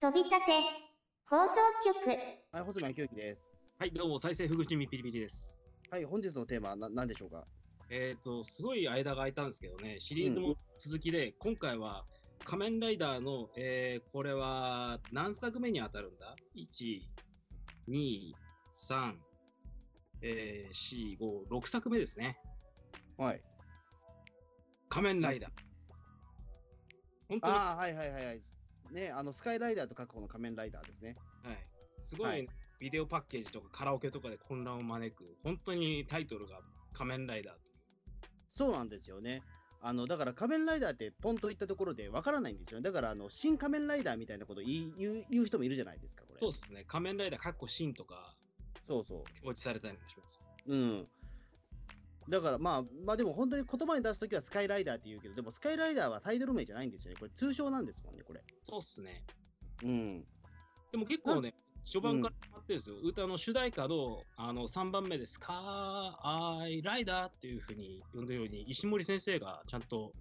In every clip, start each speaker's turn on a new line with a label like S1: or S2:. S1: 飛び立て、放送局。
S2: はい、細間教之です。
S3: はい、どうも、再生ふぐちみピリピリです。
S2: はい、本日のテーマはな何でしょうか
S3: えっ、と、すごい間が空いたんですけどね、シリーズも続きで、今回は、仮面ライダーの、えーこれは何作目に当たるんだ ?1、2、3、えー、4、5、6作目ですね。
S2: はい。
S3: 仮面ライダー。本当に、は
S2: ああ、はいはいはいはい。ね、あの、スカイライダーと過去の仮面ライダーですね。
S3: い、すごい、
S2: はい
S3: ビデオパッケージとかカラオケとかで混乱を招く、本当にタイトルが仮面ライダーと。
S2: そうなんですよね。あの、だから仮面ライダーってポンといったところでわからないんですよね。だから、あの、新仮面ライダーみたいなこと言い言う言う人もいるじゃないですか、これ。
S3: そうですね、仮面ライダーかっこシンとか、
S2: そうそ
S3: 表示されたりもします。
S2: う。うん。だからまあ、まあでも本当に言葉に出すときはスカイライダーって言うけど、でもスカイライダーはタイトル名じゃないんですよね。これ通称なんですもんね、これ。
S3: そうっすね。
S2: うん。
S3: でも結構ね、序盤から決まってるんですよ。歌の主題歌のあの3番目で、スカーイライダーっていうふうに呼んでるように、石森先生がちゃんと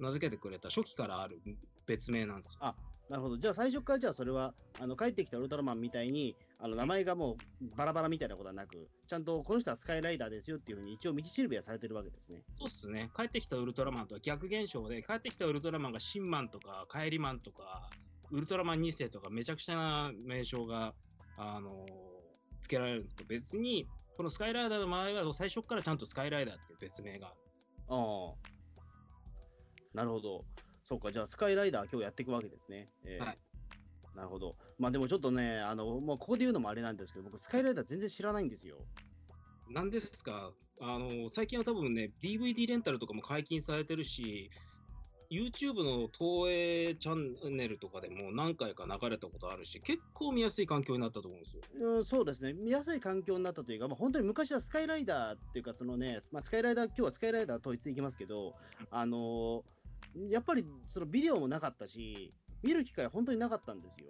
S3: 名付けてくれた初期からある別名なんですよ。
S2: なるほど。じゃあ最初からじゃあそれは、あの帰ってきたウルトラマンみたいに、あの名前がもうバラバラみたいなことはなく、ちゃんとこの人はスカイライダーですよっていうふうに一応道しるべはされてるわけですね。
S3: そうっすね。帰ってきたウルトラマンとは逆現象で、帰ってきたウルトラマンがシンマンとか、カエリマンとか、ウルトラマン2世とか、めちゃくちゃな名称が、あのー付けられるんですけど、別に、このスカイライダーの場合は、最初からちゃんとスカイライダーっていう別名がある
S2: ああ。なるほど。そうか、じゃあスカイライダー今日やっていくわけですね。ええ
S3: はい
S2: なるほど。まあでもちょっとね、あの、もうここで言うのもあれなんですけど、僕スカイライダー全然知らないんですよ。
S3: なんですか、あの最近は多分ね、DVD レンタルとかも解禁されてるし、YouTube の東映チャンネルとかでも何回か流れたことあるし、結構見やすい環境になったと思うんですよ。
S2: うん、そうですね、見やすい環境になったというか、まあ、本当に昔はスカイライダーっていうか、そのね、まあ、スカイライダー、今日はスカイライダー統一いきますけど、あのーやっぱりそのビデオもなかったし、見る機会、本当になかったんですよ。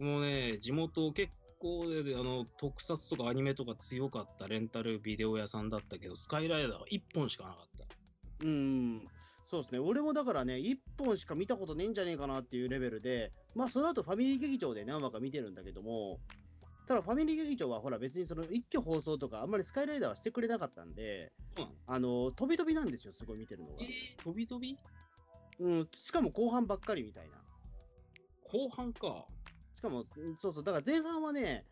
S3: もうね、地元結構ねあの特撮とかアニメとか強かったレンタルビデオ屋さんだったけど、スカイライダーは1本しかなかった。
S2: うん、そうですね、俺もだからね、1本しか見たことねえんじゃねえかなっていうレベルで、まあ、その後ファミリー劇場で何話か見てるんだけども、ただファミリー劇場はほら、別にその一挙放送とか、あんまりスカイライダーはしてくれなかったんで、
S3: そうなの
S2: あの飛び飛びなんですよ、すごい見てるのが
S3: え。ー、飛び飛び
S2: うん、しかも後半ばっかりみたいな。
S3: 後半か。
S2: しかも、うんそうそう、だから前半はね、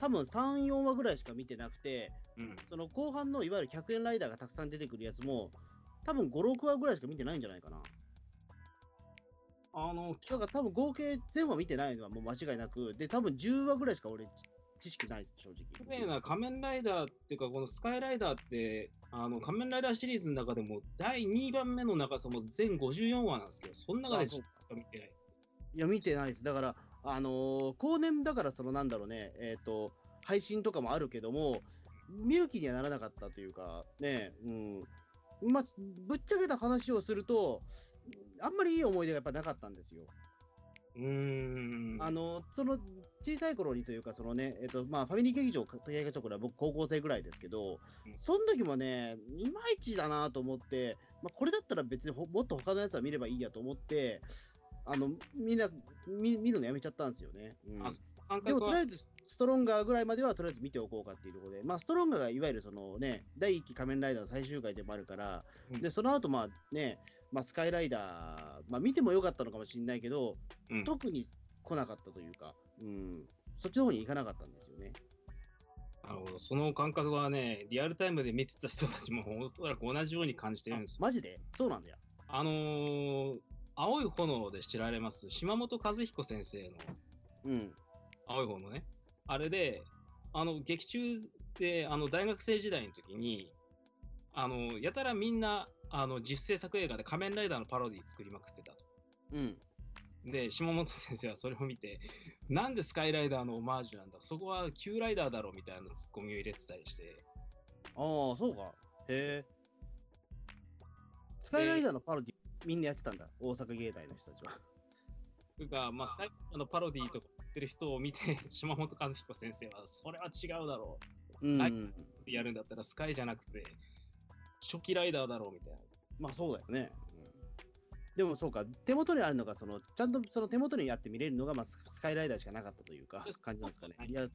S2: 多分3、4話ぐらいしか見てなくて、
S3: うん。
S2: その後半のいわゆる100円ライダーがたくさん出てくるやつも、多分5、6話ぐらいしか見てないんじゃないかな。
S3: あの、
S2: だから多分合計全話見てないのはもう間違いなく、で、多分10話ぐらいしか俺、知識ないです、正
S3: 不明
S2: 直。
S3: な仮面ライダーっていうか、このスカイライダーって、あの仮面ライダーシリーズの中でも第2番目の長さも全54話なんですけど、その中で
S2: あそ
S3: し
S2: う
S3: か見てない。
S2: いや、見てないです。だから、あのー後年だから、そのなんだろうね、えっ、と、配信とかもあるけども、見る気にはならなかったというか、ね、うん。まあ、ぶっちゃけた話をすると、あんまりいい思い出がやっぱなかったんですよ。
S3: うーん。
S2: あの、その、小さい頃にというか、そのね、えっ、と、まあ、ファミリー劇場、というか、これは僕、高校生ぐらいですけど
S3: う、ん
S2: その時もね、いまいちだなと思って、まあ、これだったら別にほもっと他のやつは見ればいいやと思って、あの、みんな、み見るのやめちゃったんですよね。うん
S3: あ感
S2: でも、
S3: 覚
S2: とりあ
S3: は
S2: えず、ストロンガーぐらいまでは、とりあえず見ておこうかっていうところで、まあ、ストロンガーがいわゆるそのね、第1期仮面ライダーの最終回でもあるから、
S3: うん
S2: で、その後、まあね、まあ、スカイライダー、まあ、見てもよかったのかもしれないけど、
S3: うん
S2: 特に来なかったというか、うん、そっちの方に行かなかったんですよね。
S3: なるほどその感覚はね、リアルタイムで見てた人たちもおそらく同じように感じてるんですよ。
S2: マジでそうなんだよ。
S3: あのー青い炎で知られます、島本和彦先生の
S2: うん。
S3: 青い方のね、あれで、あの劇中であの大学生時代の時に、あのやたらみんなあの実製作映画で仮面ライダーのパロディ作りまくってたと。
S2: うん。
S3: で、島本先生はそれを見て、なんでスカイライダーのオマージュなんだ、そこは Q ライダーだろみたいなツッコミを入れてたりして、
S2: ああ、そうか。へえ。スカイライダーのパロディ、みんなやってたんだ。大阪芸大の人たちは。
S3: というか、まあ、スカイライダーのパロディとか言ってる人を見て、 島本和彦先生は、それは違うだろ
S2: うん。
S3: はいってやるんだったら、スカイじゃなくて、初期ライダーだろうみたいな。
S2: まあ、そうだよね。でもそうか、手元にあるのが、その、ちゃんとその手元にやって見れるのが、まあ、ススカイライダーしかなかったというか
S3: そうです、
S2: 感じなんですかね。
S3: はい
S2: いや、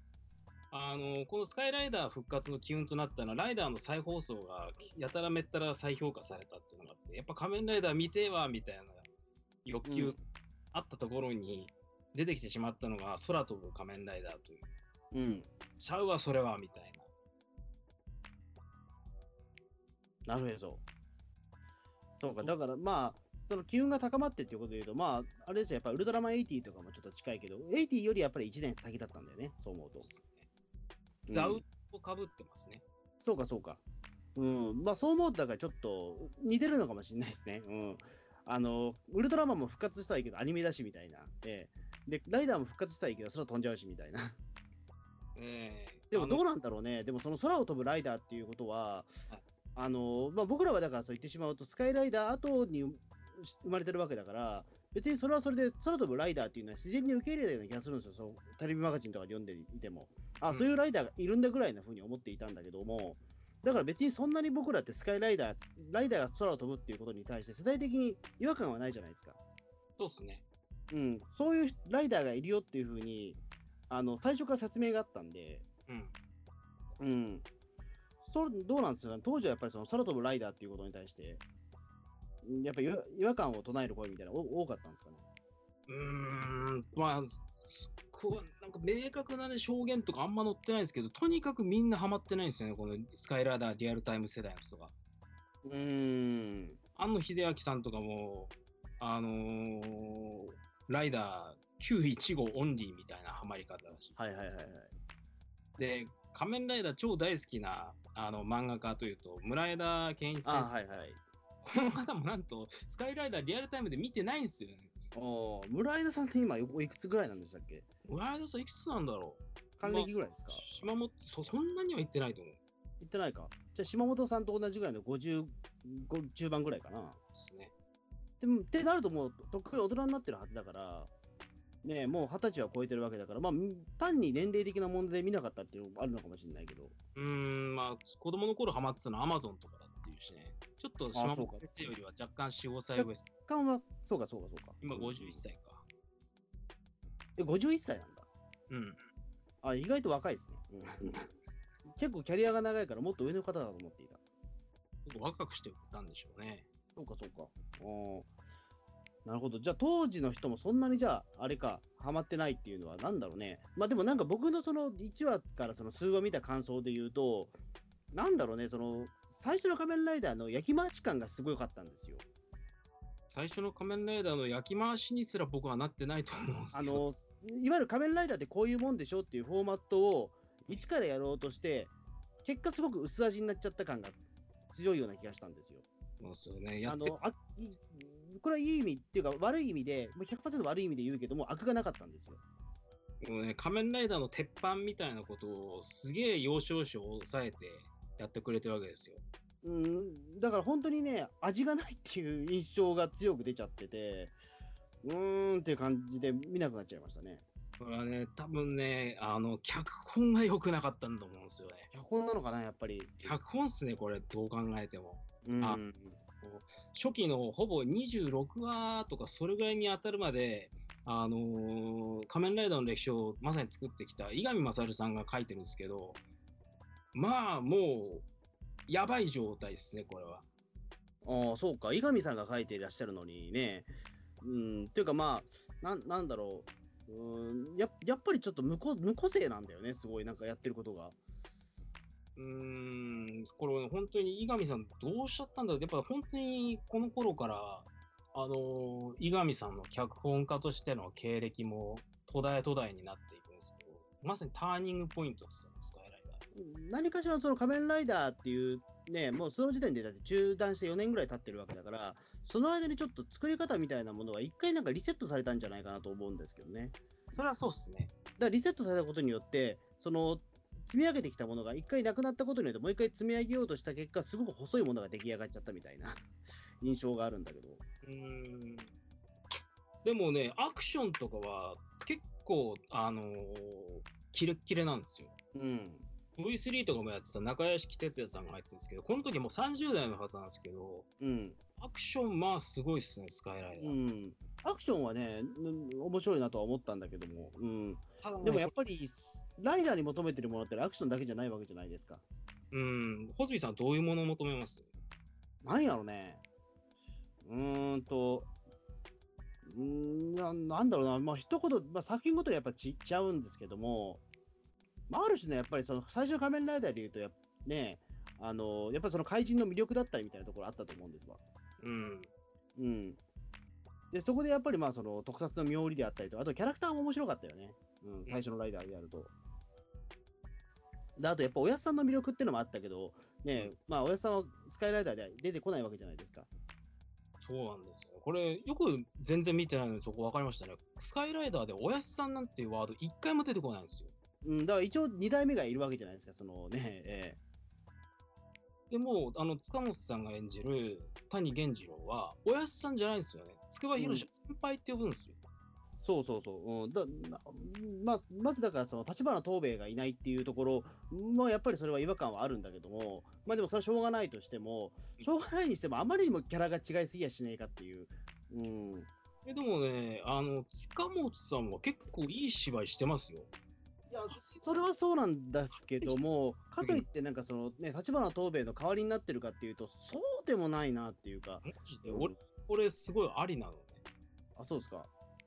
S3: あのこのスカイライダー復活の機運となったのは、ライダーの再放送がやたらめったら再評価されたっていうのがあって、やっぱ仮面ライダー見てえわみたいな欲
S2: う
S3: 求
S2: ん
S3: あったところに出てきてしまったのが、空飛ぶ仮面ライダーという、
S2: うん。
S3: ちゃうわ、それはみたいな。
S2: なるほど。そうか、だからまあ、その機運が高まってっていうことで言うと、まあ、あれですよ、やっぱウルトラマン80とかもちょっと近いけど、80よりやっぱり1年先だったんだよね、そう思うと。うん
S3: ザウをかぶってますね。
S2: そうか、そうか。うん、まあそう思うと、だからちょっと似てるのかもしれないですね。うん。あの、ウルトラマンも復活したはいいけど、アニメだしみたいな。ええで、ライダーも復活したはいいけど、空飛んじゃうしみたいな。
S3: えー
S2: でも
S3: あの
S2: どうなんだろうね、でもその空を飛ぶライダーっていうことは、
S3: はい
S2: あのまあ、僕らはだからそう言ってしまうと、スカイライダー後にし生まれてるわけだから、別にそれはそれで空飛ぶライダーっていうのは自然に受け入れたような気がするんですよ、そのテレビマガジンとかで読んでいても。あ、
S3: うん
S2: そういうライダーがいるんだぐらいなふうに思っていたんだけども、だから別にそんなに僕らってスカイライダー、ライダーが空を飛ぶっていうことに対して世代的に違和感はないじゃないですか。
S3: そうですね。
S2: うん、そういうライダーがいるよっていうふうに、あの最初から説明があったんで、
S3: うん。
S2: うん。それどうなんですかね、当時はやっぱりその空飛ぶライダーっていうことに対して、うんやっぱり違和違和感を唱える声みたいなのお多かったんですかね。
S3: うーん、まあ、すこうなんか明確な、ね、証言とかあんま載ってないんですけど、とにかくみんなハマってないんですよね、このスカイライダーリアルタイム世代の人が。
S2: うーん。
S3: 庵野秀明さんとかも、あのーライダー915オンリーみたいなハマり方だし、
S2: はいはいはいはい。
S3: で、仮面ライダー超大好きなあの漫画家というと、村枝健一先
S2: あ
S3: 生、
S2: はいはい。
S3: この方もなんと、スカイライダーリアルタイムで見てないんですよね。
S2: おー村井田さんって今、おいくつぐらいなんでしたっけ
S3: 村枝さんいくつなんだろう
S2: 還暦ぐらいですか、
S3: 島本そ、そんなには言ってないと思うんで
S2: 言ってないか。じゃあ、島本さんと同じぐらいの50、50中盤ぐらいかな。
S3: すね。
S2: でもってなると、もうとっくに大人になってるはずだから、ねえ、もう二十歳は超えてるわけだから、まあ、単に年齢的な問題で見なかったっていうのもあるのかもしれないけど。
S3: うーん、まあ、子供の頃ハマってたのはアマゾンとかだっていうしね、ちょっと島本先生よりは若干4、5歳上です、
S2: 若干は、そうかそうかそうか。
S3: 今51歳か。
S2: え、51歳なんだ。
S3: うん。
S2: あ、意外と若いですね。 うん結構キャリアが長いからもっと上の方だと思っていた。
S3: 結構若くして売ったんでしょうね。
S2: そうかそうか。おーなるほど。じゃあ当時の人もそんなにじゃあ、あれか、ハマってないっていうのはなんだろうね。まあでもなんか僕のその1話からその数話見た感想で言うと、なんだろうね、その、最初の仮面ライダーの焼き回し感がすごかったんですよ。
S3: 最初の仮面ライダーの焼き回しにすら僕はなってないと思うんです
S2: あ
S3: けど、
S2: の、いわゆる仮面ライダーってこういうもんでしょっていうフォーマットを一からやろうとして、結果すごく薄味になっちゃった感が強いような気がしたんですよ。
S3: そうですよね。や
S2: あ
S3: って、
S2: の、あいこれはいい意味っていうか悪い意味で、もう100%悪い意味で言うけども、悪がなかったんですよ。
S3: もうね、仮面ライダーの鉄板みたいなことをすげえ要所要所抑えてやってくれてるわけですよ。
S2: うん、だから本当にね、味がないっていう印象が強く出ちゃってて、うーんっていう感じで見なくなっちゃいましたね。
S3: これはね、多分ね、あの、脚本が良くなかったんだと思うんですよね。
S2: 脚本なのかな、やっぱり。
S3: 脚本っすね、これ、どう考えても。
S2: うん、
S3: あ初期のほぼ26話とかそれぐらいに当たるまで、あのー仮面ライダーの歴史をまさに作ってきた伊上勝さんが書いてるんですけど、まあもう、やばい状態ですね、これは。
S2: ああ、そうか、井上さんが書いていらっしゃるのにね、うん、っていうかまあ、なんなんだろう、うんややっぱりちょっと無個無個性なんだよね、すごい、なんかやってることが。
S3: うーん、これ本当に伊上さんどうしちゃったんだろう。やっぱ本当にこの頃から、あのー伊上さんの脚本家としての経歴も途絶え途絶えになっていくんですけど、まさにターニングポイントですよね、スカイライダー。
S2: 何かしらその仮面ライダーっていう、ね、もうその時点でだって中断して4年ぐらい経ってるわけだから、その間にちょっと作り方みたいなものは一回なんかリセットされたんじゃないかなと思うんですけどね。
S3: それはそうっすね。
S2: だからリセットされたことによって、その積み上げてきたものが一回なくなったことによって、もう一回積み上げようとした結果、すごく細いものが出来上がっちゃったみたいな 印象があるんだけど。
S3: うーんでもね、アクションとかは結構、あのーキレッキレなんですよ。
S2: うん。
S3: V3 とかもやってた中屋敷哲也さんが入ってるんですけど、この時もう30代のはずなんですけど、
S2: うん。
S3: アクション、まあすごいっすね、スカイライダ
S2: う
S3: ー。
S2: ん。アクションはね、うん面白いなとは思ったんだけども、うん。
S3: ただね
S2: でもやっぱり、ライダーに求めてるものってアクションだけじゃないわけじゃないですか。
S3: うん、ホズミさん、どういうものを求めます
S2: なんやろね。うーんと、うーんななんだろうな、まあ一言、まあ、作品ごとにやっぱちっちゃうんですけども、まあ、ある種ね、やっぱりその最初の仮面ライダーで言うとやっ、ね、あのやっぱりその怪人の魅力だったりみたいなところあったと思うんですわ。
S3: うん、
S2: うん。で、そこでやっぱりまあその特撮の妙理であったりと、あとキャラクターも面白かったよね。うん、最初のライダーでやると。で、あとやっぱおやすさんの魅力ってのもあったけど、ねえ、まあおやすさんはスカイライダーでは出てこないわけじゃないですか。
S3: そうなんですよ。これ、よく全然見てないのにそこ分かりましたね。スカイライダーでおやすさんなんていうワード、一回も出てこないんですよ。
S2: うん、だから一応2代目がいるわけじゃないですか、そのね、え
S3: でも、あの、塚本さんが演じる谷源次郎は、おやすさんじゃないんですよね。筑波博士先輩って呼ぶんですよ。
S2: えそうそうそう。うん、だなままずだから、その立花東兵衛がいないっていうところ、まあやっぱりそれは違和感はあるんだけども、まあでもそれはしょうがないとしても、しょうがないにしても、あまりにもキャラが違いすぎやしねえかっていう。うん、
S3: えでもね、あの、塚本さんは結構いい芝居してますよ。
S2: いやそれはそうなんですけども、かといって、なんかそのね、立花東兵衛の代わりになってるかっていうと、そうでもないなっていうか、
S3: マジで、俺、これすごいありなのね。
S2: あ、そうですか。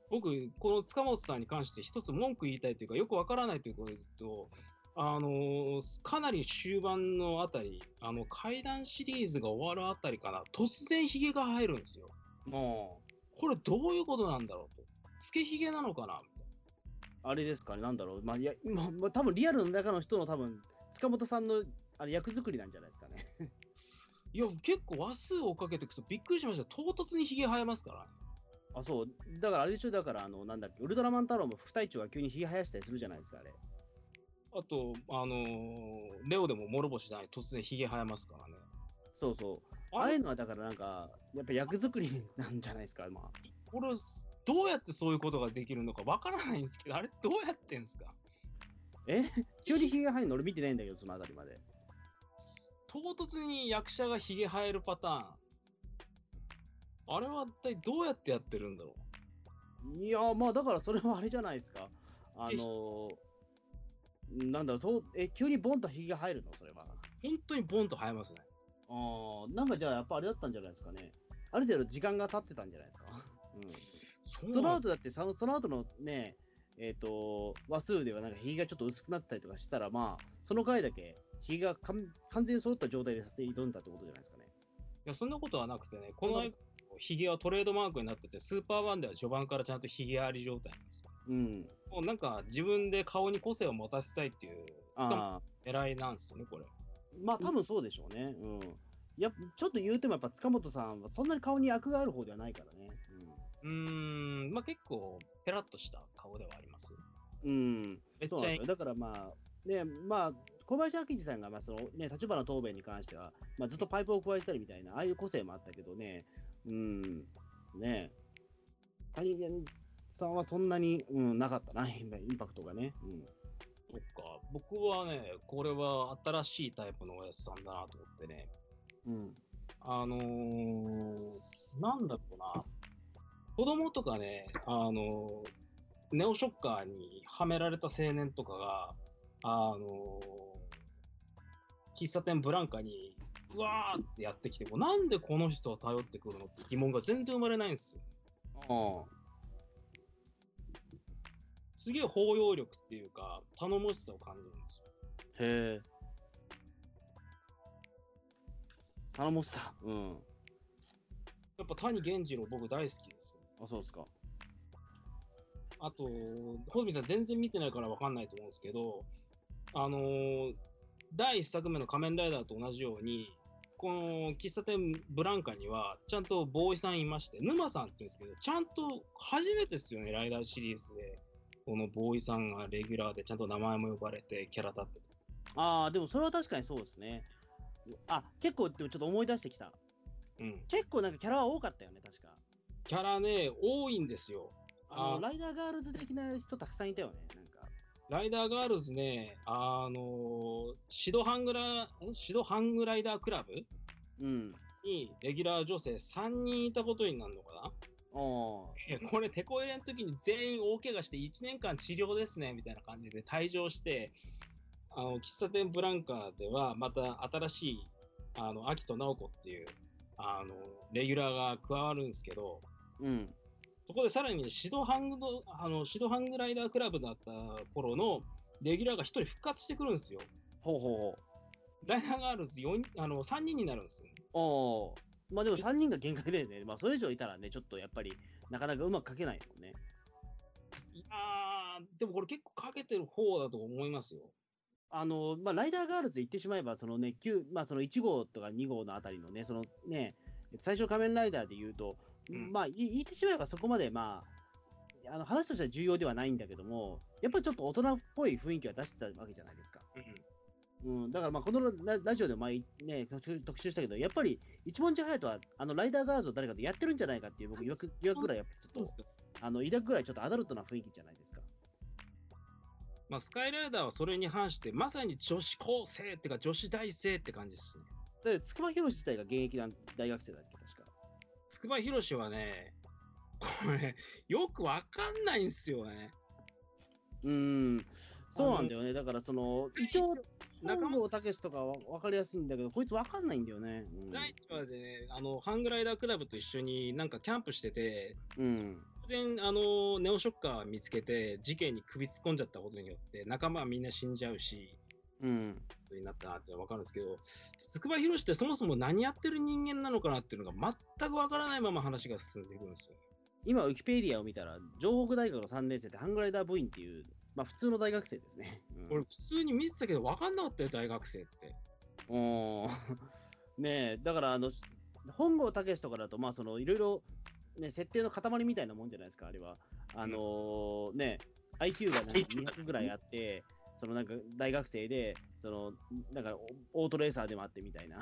S3: 僕、この塚本さんに関して一つ文句言いたいというか、よくわからないということで言うと、あのかなり終盤のあたり、あの、怪談シリーズが終わるあたりから、突然ヒゲが生えるんですよ。
S2: も
S3: これどういうことなんだろうと。つけヒゲなのかなみたいな。
S2: う、あれですかね、なんだろう、まあ、いや、まあ、まあ、多分リアルの中の人の多分、塚本さんのあれ役作りなんじゃないですかね。
S3: いや、結構話数をかけていくとびっくりしました。唐突にヒゲ生えますからね。
S2: あ、そう、だからあれでしょ、だから、あの、なんだっけ、ウルトラマン太郎も副隊長が急にひげ生やしたりするじゃないですか、あれ。
S3: あと、あのーレオでも諸星じゃない、突然ヒゲ生えますからね。
S2: そうそう。あ
S3: あ
S2: あい
S3: れ
S2: う、のは、だからなんか、やっぱ役作りなんじゃないですか、まあ。
S3: これ、どうやってそういうことができるのかわからないんですけど、あれどうやってんすか
S2: え 急にひげ生えるの俺見てないんだけど、そのあたりまで。
S3: 唐突に役者がヒゲ生えるパターン。あれは一体どうやってやってるんだろ
S2: いやーまあだからそれはあれじゃないですか。あのー、なんだろうと、え、急にボンとひげが入るのそれは。
S3: う。本当にボンと生えますね。
S2: あーなんかじゃあやっぱあれだったんじゃないですかね。ある程度時間が経ってたんじゃない ですか。
S3: そ
S2: うん。その後だって、そのその後のね、えっ、と、話数ではなんかひげがちょっと薄くなったりとかしたら、まあ、その回だけ、ひげが完完全に揃った状態で撮影挑んだってことじゃないですかね。
S3: いや、そんなことはなくてね、こ
S2: そ
S3: の
S2: んなこ
S3: ヒゲはトレードマークになってて、スーパーワンでは序盤からちゃんとヒゲあり状態なんですよ。
S2: うん。
S3: もうなんか自分で顔に個性を持たせたいっていう、しかも
S2: ああ。
S3: 狙いなんですよね、これ。
S2: まあ多分そうでしょうね。うん。やっぱちょっと言うてもやっぱ塚本さんはそんなに顔に悪がある方ではないからね。
S3: うーん、まあ結構、ペラッとした顔ではあります。
S2: うん。うん。
S3: めっ
S2: そう
S3: ち
S2: な
S3: ゃ
S2: ん
S3: い
S2: ですよ。だからまあ、ね、まあ、小林明治さんが、まあ、そのね、立花答弁に関しては、まあ、ずっとパイプを加えてたりみたいな、ああいう個性もあったけどね、うん、ね、谷源さんはそんなに、うん、なかったな、インパクトがね。うん。
S3: そっか。僕はね、これは新しいタイプのおやつさんだなと思ってね。
S2: うん。
S3: あのー、なんだろうな。子供とかね、あのー、ネオショッカーにはめられた青年とかが、あのー、喫茶店ブランカに、うわーってやってきても、なんでこの人を頼ってくるのって疑問が全然生まれないんですよ。
S2: あ
S3: すげえ包容力っていうか、頼もしさを感じるんですよ。
S2: へえ。頼もしさ。うん。
S3: やっぱ谷源次郎僕大好きです。
S2: あ、そうですか。
S3: あと、穂積さん全然見てないからわかんないと思うんですけど、あのー第1作目の仮面ライダーと同じように、この喫茶店ブランカには、ちゃんとボーイさんいまして、沼さんって言うんですけど、ちゃんと初めてですよね、ライダーシリーズで。このボーイさんがレギュラーでちゃんと名前も呼ばれて、キャラ立ってて。
S2: ああ、でもそれは確かにそうですね。あ、結構、でもちょっと思い出してきた。
S3: うん。
S2: 結構なんかキャラは多かったよね、確か。
S3: キャラね、多いんですよ。
S2: あの
S3: あー
S2: ライダーガールズ的な人たくさんいたよね、なんか。
S3: ライダーガールズね、あの、シドハングラ、んシドハングライダークラブ
S2: うん。
S3: にレギュラー女性3人いたことになるのかな
S2: ああ。
S3: いやこれ、テこ入れの時に全員大怪我して1年間治療ですねみたいな感じで退場して、あの喫茶店ブランカーではまた新しいあの秋と直子っていうあのレギュラーが加わるんですけど、
S2: うん。
S3: そこでさらにシドハングドあのシドハングライダークラブだった頃のレギュラーが1人復活してくるんですよ。
S2: ほうほう
S3: ライダーガールズ4あの3人になるんですよ、ね。
S2: ほう。ああ。まあでも3人が限界だよね。まあそれ以上いたらね、ちょっとやっぱり、なかなかうまく書けないもんね。
S3: いやー、でもこれ結構かけてる方だと思いますよ。
S2: あの、まあ、ライダーガールズ言ってしまえば、そのね、9、まあ、その1号とか2号のあたりのね、そのね、最初仮面ライダーで言うと、
S3: うん
S2: まあ、い言ってしまえばそこまで、まあ、あの話としては重要ではないんだけども、やっぱりちょっと大人っぽい雰囲気は出してたわけじゃないですか。うん、だからまあこのララジオでも前、ね、特集特集したけど、やっぱり一文字隼人はあのライダーガールズを誰かとやってるんじゃないかっていう、僕、疑惑疑惑ぐらい、やっぱちょっと、あの抱くぐらいちょっとアダルトな雰囲気じゃないですか。
S3: まあ、スカイライダーはそれに反して、まさに女子高生っていうか、女子大生って感じですね。
S2: だって、筑波博自体が現役な大学生だっけ、確か。
S3: 筑波博士はね、これ、よくわかんないんですよね。
S2: うーん、そうなんだよね。だから、その、一応、
S3: 仲
S2: 中
S3: 間
S2: 本武とかは分かりやすいんだけど、こいつ分かんないんだよね。
S3: 第一話でね、あの、ハングライダークラブと一緒になんかキャンプしてて、
S2: うん。うん。
S3: 突然、あの、ネオショッカー見つけて、事件に首突っ込んじゃったことによって、仲間はみんな死んじゃうし、
S2: うん。
S3: ことになったなってわかるんですけど、筑波博士ってそもそも何やってる人間なのかなっていうのが全くわからないまま話が進んでいくんですよ。
S2: 今、ウィキペディアを見たら、城北大学の3年生でハングライダー部員っていう、まあ、普通の大学生ですね。
S3: 俺、普通に見てたけど、わかんなかったよ、大学生って。
S2: うん。うんねえ、だから、あの、本郷武とかだと、まあ、その、いろいろ、ね、設定の塊みたいなもんじゃないですか、あれは。あのーね、IQ がなんか200ぐらいあって、そのなんか大学生で、その、なんかオートレーサーでもあってみたいな。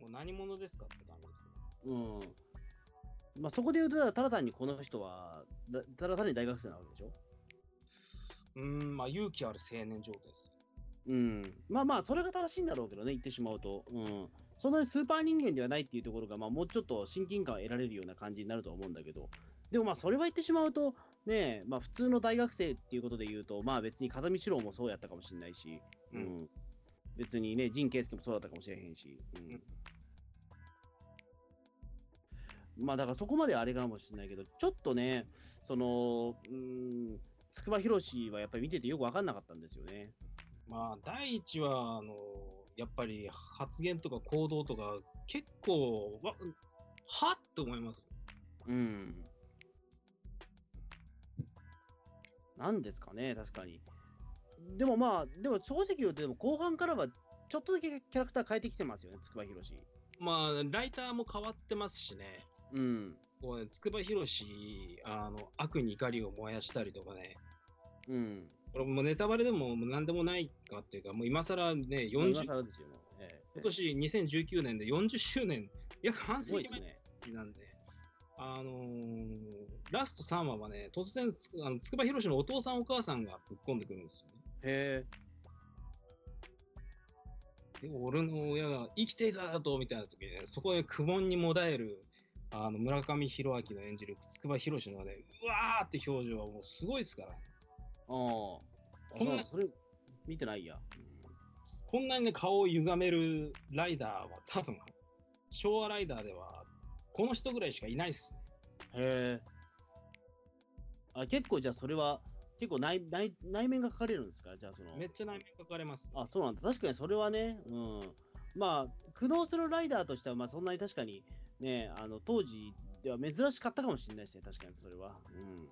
S3: もう何者ですかって感じですよね。
S2: うん。まあ、そこで言うと、ただ単にこの人は、だただ単に大学生なわけでしょ
S3: うーん、まあ勇気ある青年状態ですよ。
S2: うん。まあまあ、それが正しいんだろうけどね、言ってしまうと。うん。そんなにスーパー人間ではないっていうところが、まあ、もうちょっと親近感を得られるような感じになるとは思うんだけど。でもまあ、それは言ってしまうと、ねえ、まあ、普通の大学生っていうことで言うと、まあ別に風見四郎もそうやったかもしれないし、う
S3: うん
S2: ん。別にね、陣圭介もそうだったかもしれへんし。うん
S3: うん
S2: まあだからそこまではあれかもしれないけど、ちょっとね、その、うん、筑波博士はやっぱり見ててよく分かんなかったんですよね。
S3: まあ第一は、あの、やっぱり発言とか行動とか結構、わはっと思います。
S2: うん。なんですかね、確かに。でもまあ、でも正直言うと、でも後半からは、ちょっとだけキャラクター変えてきてますよね、つくばひろし。
S3: まあ、ライターも変わってますしね。
S2: うん。
S3: こうね、筑波博士、あの、悪に怒りを燃やしたりとかね。
S2: うん。
S3: これもうネタバレでももう何でもないかっていうか、もう今更ね、
S2: まあ
S3: 40
S2: 今、更ですよ、もう。ええ
S3: 今年2019年で40周年、約半
S2: すご
S3: 世
S2: い
S3: 紀
S2: です
S3: 前
S2: ね。
S3: なんで、あのーラスト3話はね、突然、つあの筑波博士のお父さん、お母さんがぶっ込んでくるんですよ
S2: へえ。
S3: ね。で、俺の親が生きていただとみたいな時ね、そこで苦悶にもだえる、あの村上弘明の演じる筑波博士のね、うわーって表情はもうすごいですから、
S2: ああ。こ
S3: こんな
S2: それ、見てないや。
S3: こんなにね、顔を歪めるライダーは多分、昭和ライダーでは、この人ぐらいしかいないっすね。
S2: へえ。あ、結構じゃあそれは、結構内内内面が書かれるんですかじゃあその。
S3: めっちゃ内面書かれます。
S2: あ、そうなんだ。確かにそれはね、うん。まあ、苦悩するライダーとしては、まあそんなに確かに、ね、あの、当時では珍しかったかもしれないですね、確かにそれは。うん。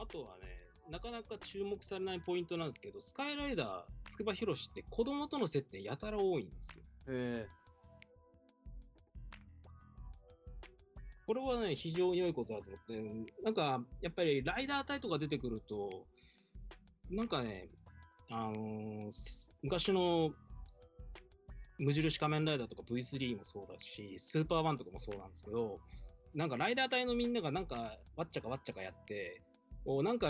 S3: あとはね、なかなか注目されないポイントなんですけど、スカイライダー、筑波博士って子供との接点やたら多いんですよ。
S2: へ
S3: これはね、非常に良いことだと思って、なんか、やっぱりライダー隊とか出てくると、なんかね、あのーす昔の無印仮面ライダーとか V3 もそうだし、スーパーワンとかもそうなんですけど、なんかライダー隊のみんながなんか、わっちゃかわっちゃかやって、おなんか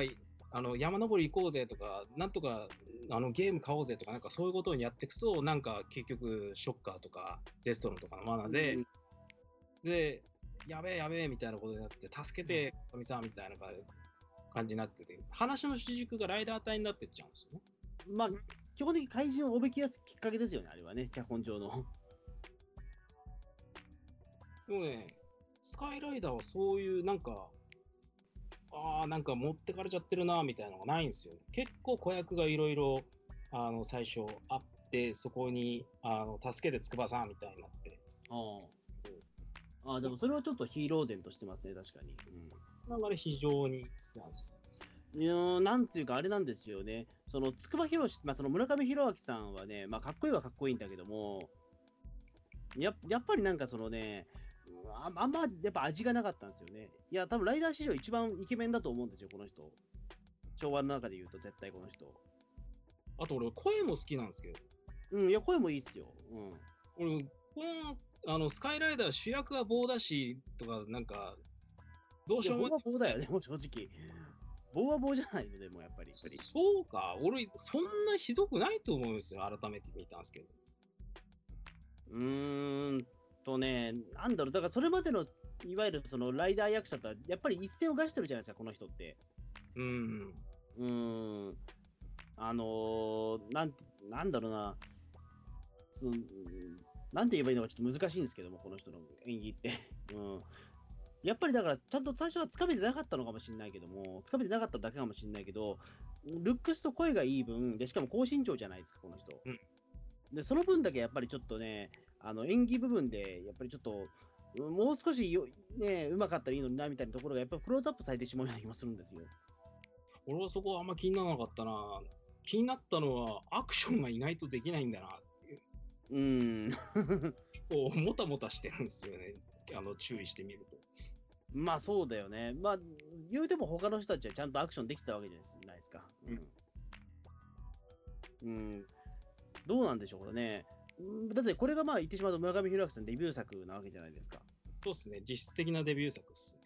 S3: あの山登り行こうぜとか、なんとかあのゲーム買おうぜとか、なんかそういうことにやっていくと、なんか結局、ショッカーとかデストロンとかの罠で、
S2: うん
S3: で、やべえやべえみたいなことになって、助けて、かみさんみたいな感じになってて、話の主軸がライダー隊になってっちゃうんですよね。
S2: まあ、基本的に怪人をおびき出すきっかけですよね、あれはね、脚本上の。
S3: でもね、スカイライダーはそういうなんか、ああ、なんか持ってかれちゃってるな、みたいなのがないんですよ。結構子役がいろいろ、あの、最初あって、そこに、あの、助けてつくばさん、みたいになって。
S2: ああ、でもそれはちょっとヒーロー然としてますね、確かに。うん
S3: だから非常に好きなんですよ。
S2: いやーなんていうか、あれなんですよね、その筑波博士、まあ、その村上弘明さんはね、まあ、かっこいいはかっこいいんだけども、ややっぱりなんかそのね、うんああんまやっぱ味がなかったんですよね。いや、多分ライダー史上一番イケメンだと思うんですよ、この人。昭和の中で言うと、絶対この人。
S3: あと俺、声も好きなんですけど、
S2: うん、いや、声もいいっすよ。うん。
S3: 俺、この、あの、スカイライダー主役は棒だし、とか、なんか、どう
S2: い
S3: し
S2: や
S3: よう
S2: 棒
S3: も
S2: は棒だよね、もう正直。棒は棒じゃないので、もうやっぱり。
S3: そうか、俺、そんなひどくないと思うんですよ、改めて見たんですけど。
S2: うーんとね、なんだろう、だからそれまでの、いわゆるそのライダー役者とは、やっぱり一線を画してるじゃないですか、この人って。
S3: うん。
S2: うーん、あのーなんて、なんだろうな、そのうんなんて言えばいいのかちょっと難しいんですけども、この人の演技って。 うんやっぱりだから、ちゃんと最初はつかめてなかったのかもしれないけども、つかめてなかっただけかもしれないけど、ルックスと声がいい分、でしかも高身長じゃないですか、この人。
S3: うん
S2: で、その分だけやっぱりちょっとね、あの演技部分で、やっぱりちょっと、うんもう少しよ、ね、うまかったらいいのになみたいなところが、やっぱりクローズアップされてしまうような気もするんですよ。
S3: 俺はそこはあんま気にならなかったな。気になったのは、アクションが意外とできないんだなっていう。
S2: うん。
S3: こう、もたもたしてるんですよね。あの、注意してみると。
S2: まあそうだよね。まあ、言うても他の人たちはちゃんとアクションできてたわけじゃないですか。うん。うん。どうなんでしょうかね。うんだってこれがまあ言ってしまうと村上弘明さんデビュー作なわけじゃないですか。
S3: そうっすね。実質的なデビュー作っす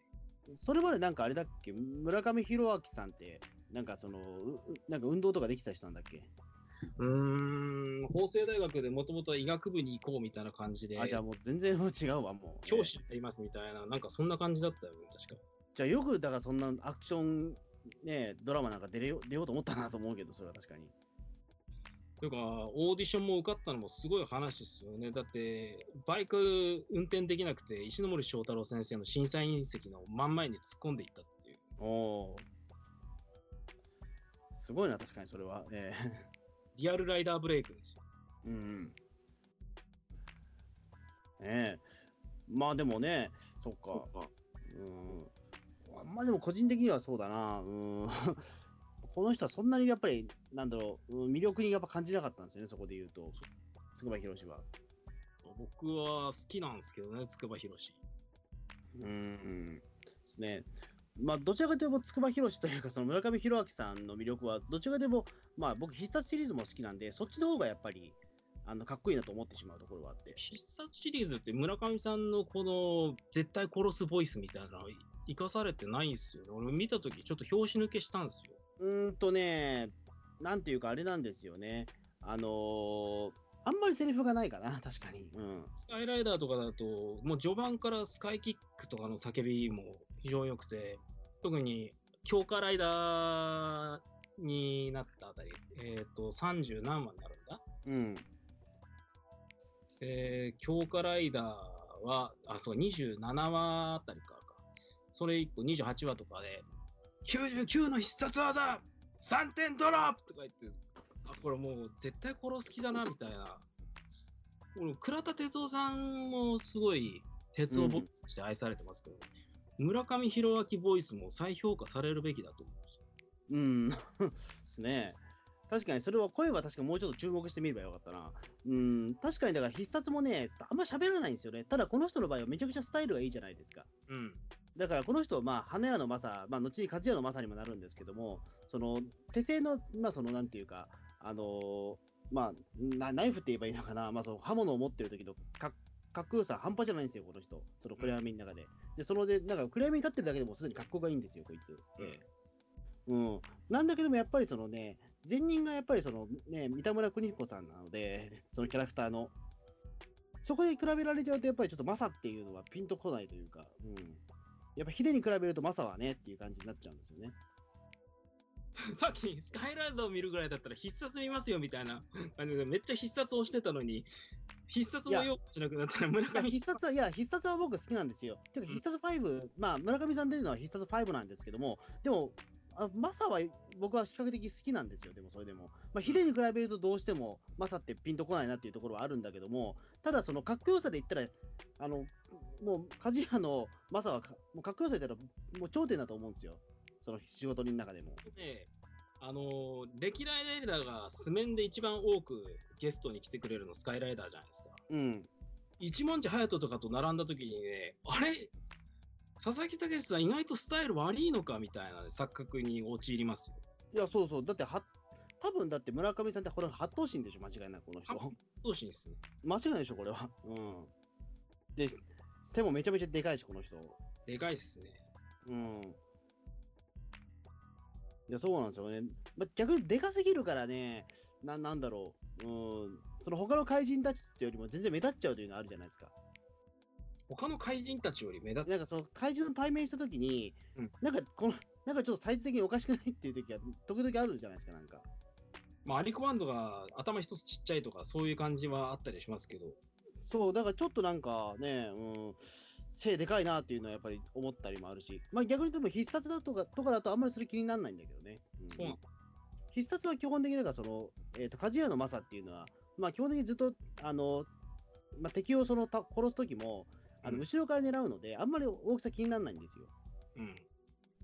S3: ね。
S2: それまでなんかあれだっけ、村上弘明さんって、なんかその、ううなんか運動とかできてた人なんだっけ、
S3: うーん、法政大学でもともと医学部に行こうみたいな感じで、
S2: あ、じゃあもう全然違うわ、もう。
S3: 教師になりますみたいな、なんかそんな感じだったよね、確か。
S2: じゃあよくだからそんなアクション、ね、ドラマなんか出れよ出ようと思ったなと思うけど、それは確かに。
S3: というか、オーディションも受かったのもすごい話ですよね。だって、バイク運転できなくて、石ノ森章太郎先生の審査員席の真ん前に突っ込んでいったっていう。
S2: おお。すごいな、確かにそれは。え
S3: リアルライダーブレイクですよ。
S2: えうんうん。ねえ。まあでもね、そっか。うん。あんまでも個人的にはそうだな。うん。 この人はそんなにやっぱり、なんだろう、うん魅力にやっぱ感じなかったんですよね、そこで言うと。つくばひろしは。
S3: 僕は好きなんですけどね、筑波博士。
S2: うんうん。ですね。まあ、どちらかというと、筑波博士というか、その村上弘明さんの魅力は、どちらかというと、まあ、僕、必殺シリーズも好きなんで、そっちの方がやっぱり、あの、かっこいいなと思ってしまうところはあって。
S3: 必殺シリーズって村上さんのこの絶対殺すボイスみたいなの生かされてないんですよね。俺見たときちょっと拍子抜けしたんですよ。
S2: うーんとね、なんていうか、あれなんですよね。あのーあんまりセリフがないかな、確かに。うん。
S3: スカイライダーとかだと、もう序盤からスカイキックとかの叫びも非常に良くて、特に強化ライダーになったあたり、えっ、と、30何話になるんだ
S2: うん。
S3: えー、強化ライダーは、あ、そう、27話あたりからか。それ以降28話とかで、99の必殺技 !3 点ドロップとか言って、あ、これもう絶対殺す気だな、みたいな。この倉田哲夫さんもすごい、哲夫ボイスとして愛されてますけど、村上弘明ボイスも再評価されるべきだと思うんですよ。
S2: うん。ですね。確かに、それは声は確かもうちょっと注目してみればよかったな。うん。確かに、だから必殺もね、あんま喋らないんですよね。ただ、この人の場合はめちゃくちゃスタイルがいいじゃないですか。
S3: うん。
S2: だから、この人、まあ、花屋のマサ、まあ、後に和也のマサにもなるんですけども、その、手製の、まあ、その、なんていうか、あのーまあな、ナイフって言えばいいのかな、まあ、その刃物を持ってる時のかかっこよさ、半端じゃないんですよ、この人。その暗闇の中で。で、そので、なんか暗闇に立ってるだけでもすでに格好がいいんですよ、こいつ。
S3: うん
S2: ええうん。なんだけども、やっぱりそのね、前任がやっぱりそのね、三田村邦彦さんなので、そのキャラクターの。そこで比べられちゃうと、やっぱりちょっとマサっていうのはピンとこないというか、うん。やっぱヒデに比べるとマサはねっていう感じになっちゃうんですよね。
S3: さっきスカイライドを見るぐらいだったら必殺見ますよみたいな感じで、めっちゃ必殺をしてたのに、必殺も用意しなくなったら村
S2: いや、
S3: 上
S2: 必殺は、いや、必殺は僕好きなんですよ。てか、必殺5、まあ、村上さん出るのは必殺5なんですけども、でも、あマサは僕は比較的好きなんですよ、でもそれでも。まあ、ヒデに比べるとどうしても、マサってピンとこないなっていうところはあるんだけども、ただ、そのかっこよさで言ったら、あの、もう、鍛冶屋のマサはかもうかっこよさで言ったら、もう頂点だと思うんですよ。その仕事人の中でも。
S3: ね、あのー歴代ライダーがスメンで一番多くゲストに来てくれるのスカイライダーじゃないですか。
S2: うん。
S3: 一文字隼人とかと並んだ時にね、あれ佐々木武さん意外とスタイル悪いのかみたいな、ね、錯覚に陥りますよ。
S2: いや、そうそう。だって、は、多分だって村上さんってこれ、八頭身でしょ、間違いなく、この人。
S3: 闘神ですね。
S2: 間違いないでしょ、これは。うん。で、背もめちゃめちゃでかいし、この人。
S3: でかいっすね。
S2: うん。いや、そうなんですよね。ま、逆にでかすぎるからね、な、なんだろう。うん。その他の怪人たちってよりも全然目立っちゃうというのあるじゃないですか。
S3: 他の怪人たちより目立つ。
S2: なんかその怪人と対面したときに、
S3: うん
S2: なんかこの、なんかちょっとサイズ的におかしくないっていう時は、時々あるじゃないですか、なんか。
S3: まあ、アリコバンドが頭一つちっちゃいとか、そういう感じはあったりしますけど、
S2: そう、だからちょっとなんかね、うん、背でかいなっていうのはやっぱり思ったりもあるし、まあ逆にでも必殺だとかとかだとあんまりそれ気にならないんだけどね。うん
S3: そうなん
S2: 必殺は基本的にだからその、えっ、と、鍛冶屋のマサっていうのは、まあ基本的にずっと、あの、まあ敵をそのた殺す時も、あの
S3: うん
S2: 後ろから狙うので、あんまり大きさ気にならないんですよ。
S3: うん。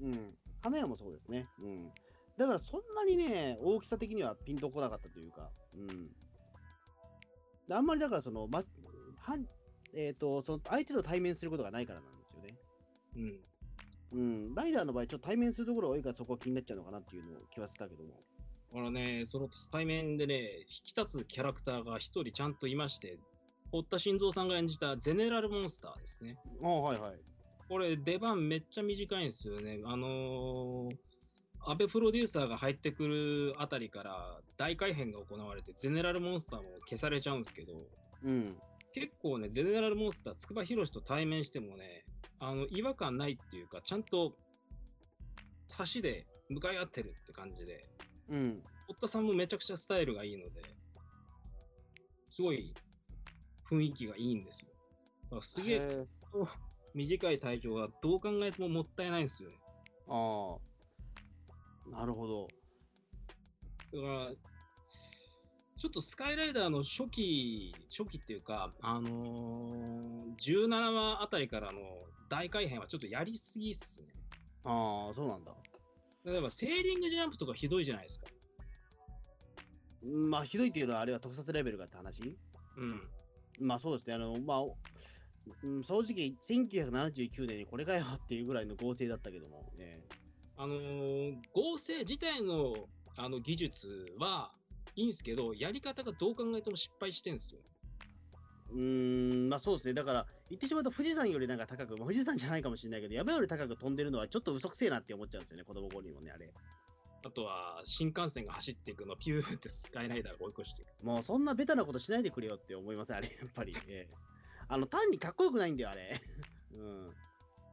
S2: うん。花屋もそうですね。うん。だからそんなにね、大きさ的にはピンとこなかったというか、うん。であんまりだからその、ま、はんえっ、と、その相手と対面することがないからなんですよね。
S3: うん。
S2: うん。ライダーの場合、ちょっと対面するところが多いからそこが気になっちゃうのかなっていうのを気はしたけども。
S3: だからね、その対面でね、引き立つキャラクターが一人ちゃんといまして、堀田新三さんが演じたゼネラルモンスターですね。
S2: ああ、はいはい。
S3: これ、出番めっちゃ短いんですよね。あのー、安倍プロデューサーが入ってくるあたりから大改変が行われて、ゼネラルモンスターも消されちゃうんですけど、
S2: うん。
S3: 結構ね、ゼネラルモンスター、筑波博士と対面してもね、あの、違和感ないっていうか、ちゃんと、差しで向かい合ってるって感じで、
S2: うん。
S3: 堀田さんもめちゃくちゃスタイルがいいので、すごい雰囲気がいいんですよ。だからすげえ
S2: え。
S3: 短い体調がどう考えてももったいないんですよね。
S2: ああ。なるほど。
S3: だから、ちょっとスカイライダーの初期、初期っていうか、あのー17話あたりからの大改変はちょっとやりすぎっすね。
S2: ああ、そうなんだ。
S3: 例えばセーリングジャンプとかひどいじゃないですか。
S2: まあ、ひどいっていうのは、あれは特撮レベルがって話
S3: うん。
S2: まあそうですね、あの、まあ、うん、正直、1979年にこれかよっていうぐらいの合成だったけども、ね、
S3: あのー合成自体のあの技術はいいんですけど、やり方がどう考えても失敗してんですよ。
S2: うーん、まあそうですね、だから、言ってしまうと富士山よりなんか高く、まあ富士山じゃないかもしれないけど、山より高く飛んでるのはちょっと嘘くせえなって思っちゃうんですよね、子供頃にもね、あれ。
S3: あとは、新幹線が走っていくの、ピューってスカイライダーが追い越していく。
S2: もうそんなベタなことしないでくれよって思います、あれ、やっぱり。ええあの、単にかっこよくないんだよ、あれ。うん。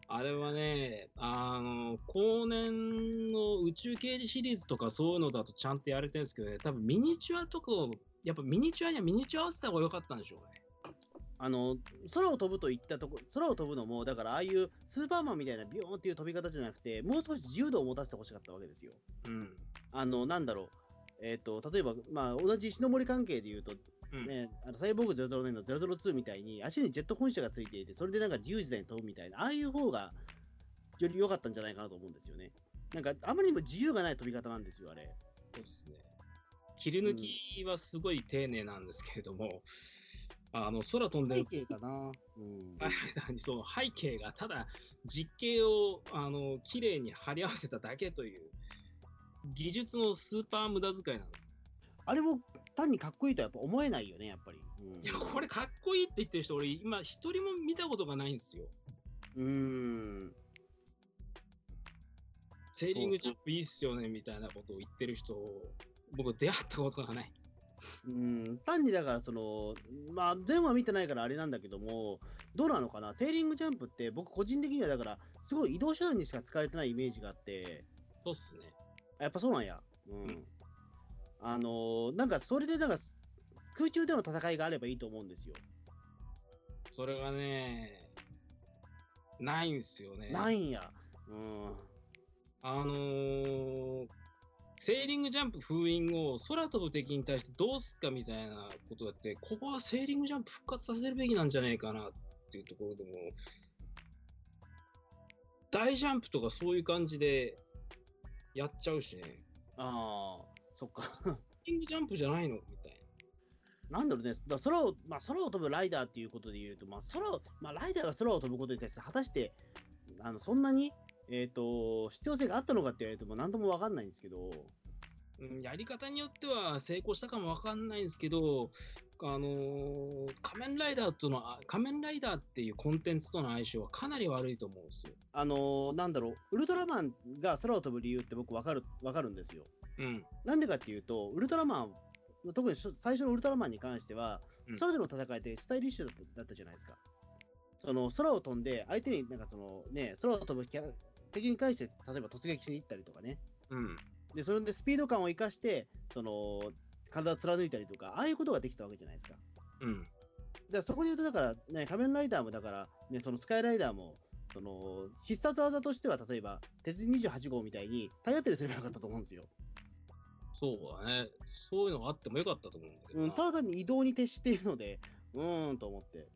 S3: あれはね、あの、後年の宇宙刑事シリーズとかそういうのだとちゃんとやれてるんですけどね、多分ミニチュアとかを、やっぱミニチュアにはミニチュア合わせた方が良かったんでしょうね。
S2: あの、空を飛ぶといったとこ、空を飛ぶのも、だからああいうスーパーマンみたいなビヨーンっていう飛び方じゃなくて、もう少し自由度を持たせてほしかったわけですよ。
S3: うん。
S2: あの、なんだろう。えっ、と、例えば、まあ、同じ石の森関係で言うと、
S3: うん
S2: ね、あのサイボーグ009の002みたいに、足にジェット本社がついていて、それでなんか自由自在に飛ぶみたいな、ああいう方が、より良かったんじゃないかなと思うんですよね。なんか、あまりにも自由がない飛び方なんですよ、あれ。
S3: そうですね。切り抜きはすごい丁寧なんですけれども、あの、空飛んでる
S2: 景かな。 うん。
S3: あれ何そう背景がただ実景をあの綺麗に貼り合わせただけという技術のスーパー無駄遣いなんですよ。
S2: あれも単にかっこいいとはやっぱ思えないよね、やっぱり。うん、
S3: いやこれかっこいいって言ってる人俺今一人も見たことがないんですよ。
S2: うーん。
S3: セーリングジャンプいいっすよねみたいなことを言ってる人を、僕、出会ったことがない。
S2: うん、単にだからその、まあ、全話見てないからあれなんだけども、どうなのかな、セーリングジャンプって、僕、個人的にはだから、すごい移動手段にしか使われてないイメージがあって、
S3: そうっすね。
S2: やっぱそうなんや。うん。
S3: うん
S2: あのーなんか、それでなんか、空中での戦いがあればいいと思うんですよ。
S3: それがね、ないんすよね。
S2: ないんや。うん。
S3: あのーセーリングジャンプ封印を空飛ぶ敵に対してどうすっかみたいなことだって、ここはセーリングジャンプ復活させるべきなんじゃないかなっていうところでも、大ジャンプとかそういう感じでやっちゃうしね、
S2: ああ、そっか。
S3: セーリングジャンプじゃないのみたいな。
S2: なんだろうね、だ空を、まあ、空を飛ぶライダーっていうことで言うと、まあ、空を、まあ、ライダーが空を飛ぶことに対して、果たして、あの、そんなに、えっ、と、必要性があったのかって言われると、もう何ともわかんないんですけど、
S3: うんやり方によっては成功したかもわかんないんですけど、あのー仮面ライダーとの、あ仮面ライダーっていうコンテンツとの相性はかなり悪いと思うんですよ。
S2: あのーなんだろう、ウルトラマンが空を飛ぶ理由って僕わかる、わかるんですよ。
S3: うん。
S2: なんでかっていうと、ウルトラマン、特に初最初のウルトラマンに関しては
S3: うん、
S2: 空での戦いってスタイリッシュだっただったじゃないですか。その空を飛んで、相手になんかそのね、空を飛ぶキャラ敵に関して、例えば突撃しに行ったりとかね、
S3: うん。
S2: で、それでスピード感を生かして、その、体を貫いたりとか、ああいうことができたわけじゃないですか。
S3: うん。
S2: だからそこで言うと、だから、ね、仮面ライダーも、だから、ね、そのスカイライダーも、その、必殺技としては、例えば、鉄人28号みたいに、体当たりすればよかったと思うんですよ。
S3: そうだね。そういうのがあってもよかったと思うんだけど
S2: う
S3: な。
S2: ん、ただ単に移動に徹しているので、うーんと思って。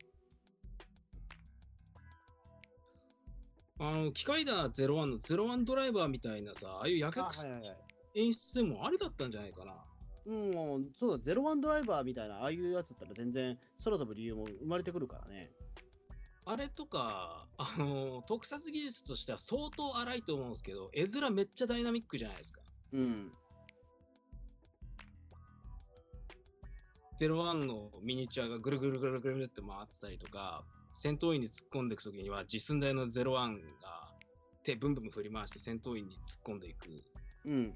S3: あの、機械だ01の01ドライバーみたいなさ、ああいう役
S2: あ
S3: 者
S2: はいはいはい。
S3: 演出でもありだったんじゃないかな。
S2: うん、もうそうだ、ゼロワンドライバーみたいな、ああいうやつだったら全然、空飛ぶ理由も生まれてくるからね。
S3: あれとか、あの、特撮技術としては相当荒いと思うんですけど、絵面めっちゃダイナミックじゃないですか。
S2: うん。
S3: 01のミニチュアがぐるぐるぐるぐるぐるって回ってたりとか、戦闘員に突っ込んでいくときには、実寸大の01が手ブンブン振り回して戦闘員に突っ込んでいく
S2: うん。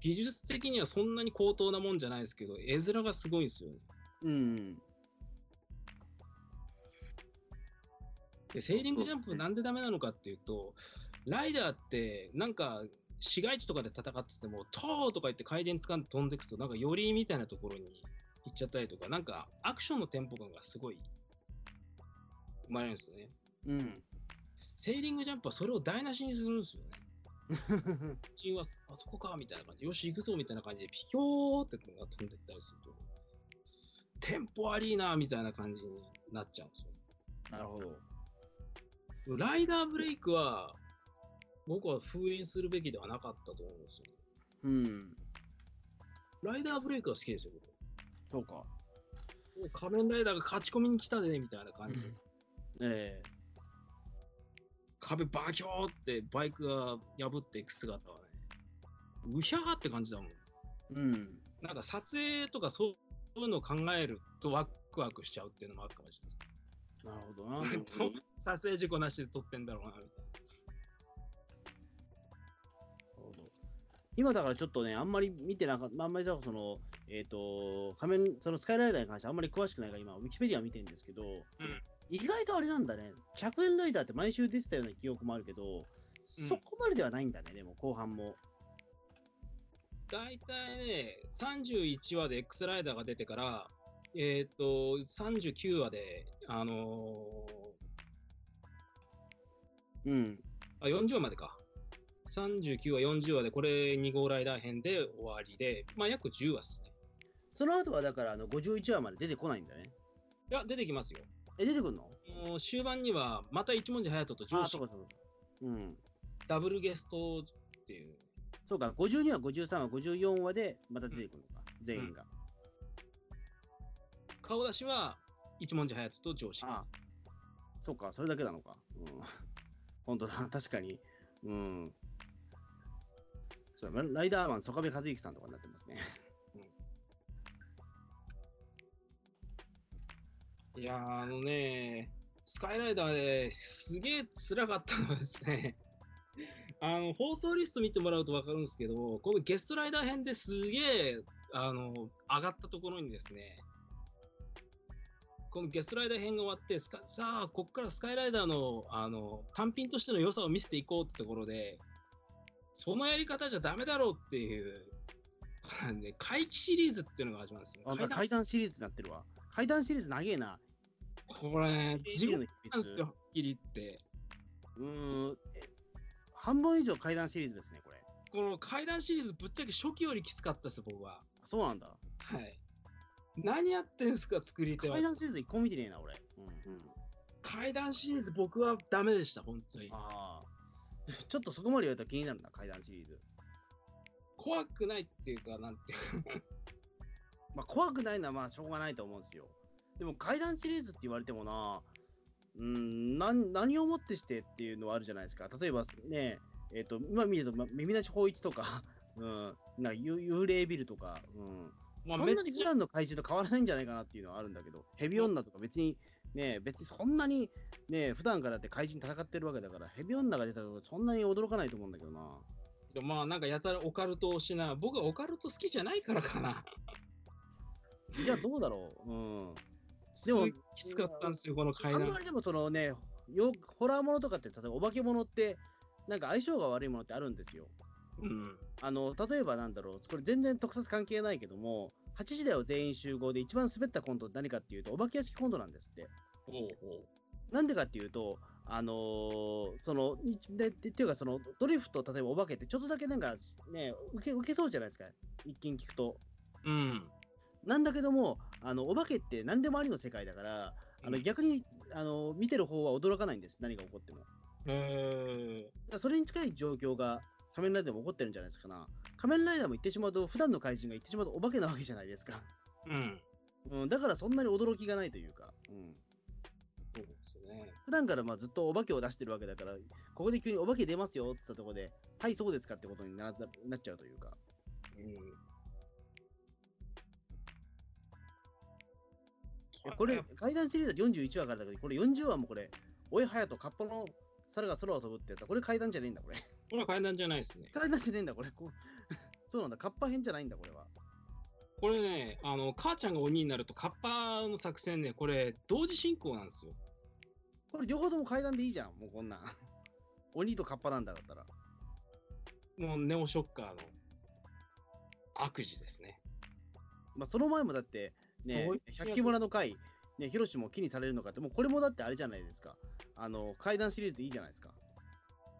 S3: 技術的にはそんなに高等なもんじゃないですけど、絵面がすごいんですよね。
S2: うん。
S3: で、セーリングジャンプなんでダメなのかっていうと、ライダーってなんか市街地とかで戦ってても、トーとか言って回転掴んで飛んでいくと、なんかよりみたいなところに行っちゃったりとか、なんかアクションのテンポ感がすごい生まれるんですよね。
S2: うん。
S3: セーリングジャンプはそれを台無しにするんですよね。チームはあそこかみたいな感じ、よし、行くぞみたいな感じで、ピキョーってのが飛んでったりすると、テンポ悪いなみたいな感じになっちゃうんですよ。
S2: なるほど。
S3: ライダーブレイクは、僕は封印するべきではなかったと思うんですよ。
S2: うん。
S3: ライダーブレイクは好きですよ、
S2: そうか。
S3: 僕。仮面ライダーが勝ち込みに来たで、みたいな感じで。
S2: ええ
S3: 壁バキョーってバイクが破っていく姿はね、うひゃーって感じだもん。
S2: うん。
S3: なんか撮影とかそういうのを考えるとワクワクしちゃうっていうのもあるかもしれないです。
S2: なる ほどな。
S3: 撮影事故なしで撮ってんだろうな、みたい
S2: 今だからちょっとね、あんまり見てなかった、あんまりだからその、えっ、と、仮面、そのスカイライダーに関してあんまり詳しくないから、今、ウィキペディア見てるんですけど、意外とあれなんだね、100円ライダーって毎週出てたような記憶もあるけど、
S3: うん
S2: そこまでではないんだね、でも後半も。
S3: な。大体ね、31話で X ライダーが出てから、えっ、と、39話で、あの
S2: うん。
S3: ーあ、40話までか。39話、40話で、これ2号ライダー編で終わりで、まあ約10話っすね。
S2: その後はだから、あの、51話まで出てこないんだね。
S3: いや、出てきますよ。
S2: え、出てくんの
S3: もう終盤には、また一文字隼人と
S2: あ
S3: 上
S2: そうか、
S3: 司
S2: そうか。うん。
S3: ダブルゲストっていう。
S2: そうか、52話、53話、54話で、また出てくるのか、全員が。
S3: 顔出しは、一文字隼人と上司。
S2: ああ、そうか、それだけなのか。うん。 本当だ、 確かに。うん。そうラライダーマン、曽我部和之さんとかになってますね。
S3: いやー、あのね、スカイライダーですげえ辛かったのはですね、 あの、放送リスト見てもらうと分かるんですけど、このゲストライダー編ですげえ、あの、上がったところにですね、このゲストライダー編が終わって、スカさあ、ここからスカイライダーの、あの、単品としての良さを見せていこうってところで、そのやり方じゃダメだろうっていう、 ね、怪奇シリーズっていうのが始まるんですよ。
S2: あ、
S3: 怪談
S2: 階段シリーズになってるわ。階段シリーズ長えな。
S3: これ、地獄な
S2: なんん
S3: ですすよ、はっきり言って。
S2: うーん。え半分以上階段シリーズですね、これ。
S3: この怪談シリーズ、ぶっちゃけ初期よりきつかったです、僕は。
S2: あそうなんだ。
S3: はい。何やってんすか、作り手は
S2: 階。段シリーズ一個も見てねえな、俺。うんうん。
S3: 怪談シリーズ、僕はダメでした、本当に。
S2: あ あ。ちょっとそこまで言われたら気になるな、階段シリーズ。
S3: 怖くないっていうか、なんていうか。
S2: まあ、怖くないのはまあしょうがないと思うんですよ。でも怪談シリーズって言われてもな、うーん、なん何をもってしてっていうのはあるじゃないですか。例えばね、えっ、と、今見ると、ま、耳なし法一とか、 うん、なんか幽幽霊ビルとか、うん。
S3: まあ、
S2: そ
S3: め
S2: ん
S3: っ
S2: なに普
S3: ちゃ、
S2: 段の怪獣と変わらないんじゃないかなっていうのはあるんだけど、ヘビ女とか別に、ね、別にそんなに、ね、普段からだって怪人戦ってるわけだから、ヘビ女が出たとそんなに驚かないと思うんだけどな。
S3: まあ、なんかやたらオカルトをしな、僕はオカルト好きじゃないからかな。
S2: じゃあどうだろう。うん。
S3: で
S2: で
S3: も
S2: も、
S3: きつかったんですよ、この怪
S2: あん
S3: 談
S2: ま。りでもそのね、よホラーものとかって、例えばお化け物って、なんか相性が悪いものってあるんですよ。
S3: うん。
S2: あの、例えばなんだろう、これ全然特撮関係ないけども、8時だよ全員集合で一番滑ったコントって何かっていうと、お化け屋敷コントなんですって。
S3: おうおう
S2: なんでかっていうと、あのーその、いで、でっていうかその、ドリフト、例えばお化けってちょっとだけなんかね、受け、受けそうじゃないですか。一見聞くと。
S3: うん。
S2: なんだけども、あの、お化けって何でもありの世界だから、あの、
S3: うん
S2: 逆に、あの、見てる方は驚かないんです。何が起こっても。
S3: え
S2: だからそれに近い状況が仮面ライダーでも起こってるんじゃないですかな。仮面ライダーも言ってしまうと、普段の怪人が言ってしまうとお化けなわけじゃないですか。
S3: ー、うん。
S2: うん、だからそんなに驚きがないというか、うん、
S3: そうですね。
S2: 普段からまあずっとお化けを出してるわけだから、ここで急にお化け出ますよって言ったところで、はい、そうですかってことにななっちゃうというか。
S3: うん。
S2: いやこれ、怪談シリーズは41話からだけど、これ40話もこれ、おいはやとカッパの猿が空を飛ぶってやつは、これ怪談じゃねえんだ、これ。
S3: これは怪談じゃないですね。
S2: 怪談じゃねえんだ、これ。こう そうなんだ、カッパ編じゃないんだ、これは。
S3: これね、あの、母ちゃんが鬼になるとカッパの作戦ね、これ、同時進行なんですよ。
S2: これ両方とも階段でいいじゃん、もうこんなん。鬼とカッパなんだだったら。
S3: もうネオショッカーの悪事ですね。
S2: まあ、その前もだって、ね
S3: そうい、う
S2: 百鬼村の会、ね、ヒロシも木にされるのかって、もうこれもだってあれじゃないですか。あの、階段シリーズでいいじゃないですか。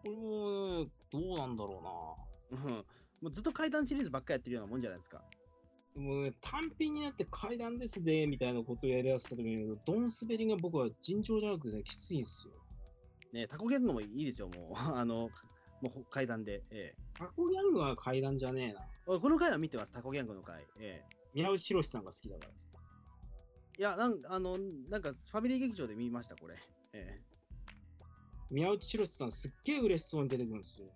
S3: これも、どうなんだろ
S2: うん。もうずっと階段シリーズばっかやってるようなもんじゃないですか。
S3: うな。でもね、単品になって階段ですね、みたいなことをやりやすときに、ドン滑りが僕は尋常じゃなくて、ね、きついんですよ。
S2: ね、タコゲンのもいいですよ、もう。 あの、もう階段で。ええ
S3: タコギャングは階段じゃねえな。
S2: 俺この回は見てます、タコギャングの回。ええ
S3: 宮内博さんが好きだからです。
S2: いや、なんあの、なんか、ファミリー劇場で見ました、これ。ええ
S3: 宮内博さんすっげえ嬉しそうに出てくるんですよ。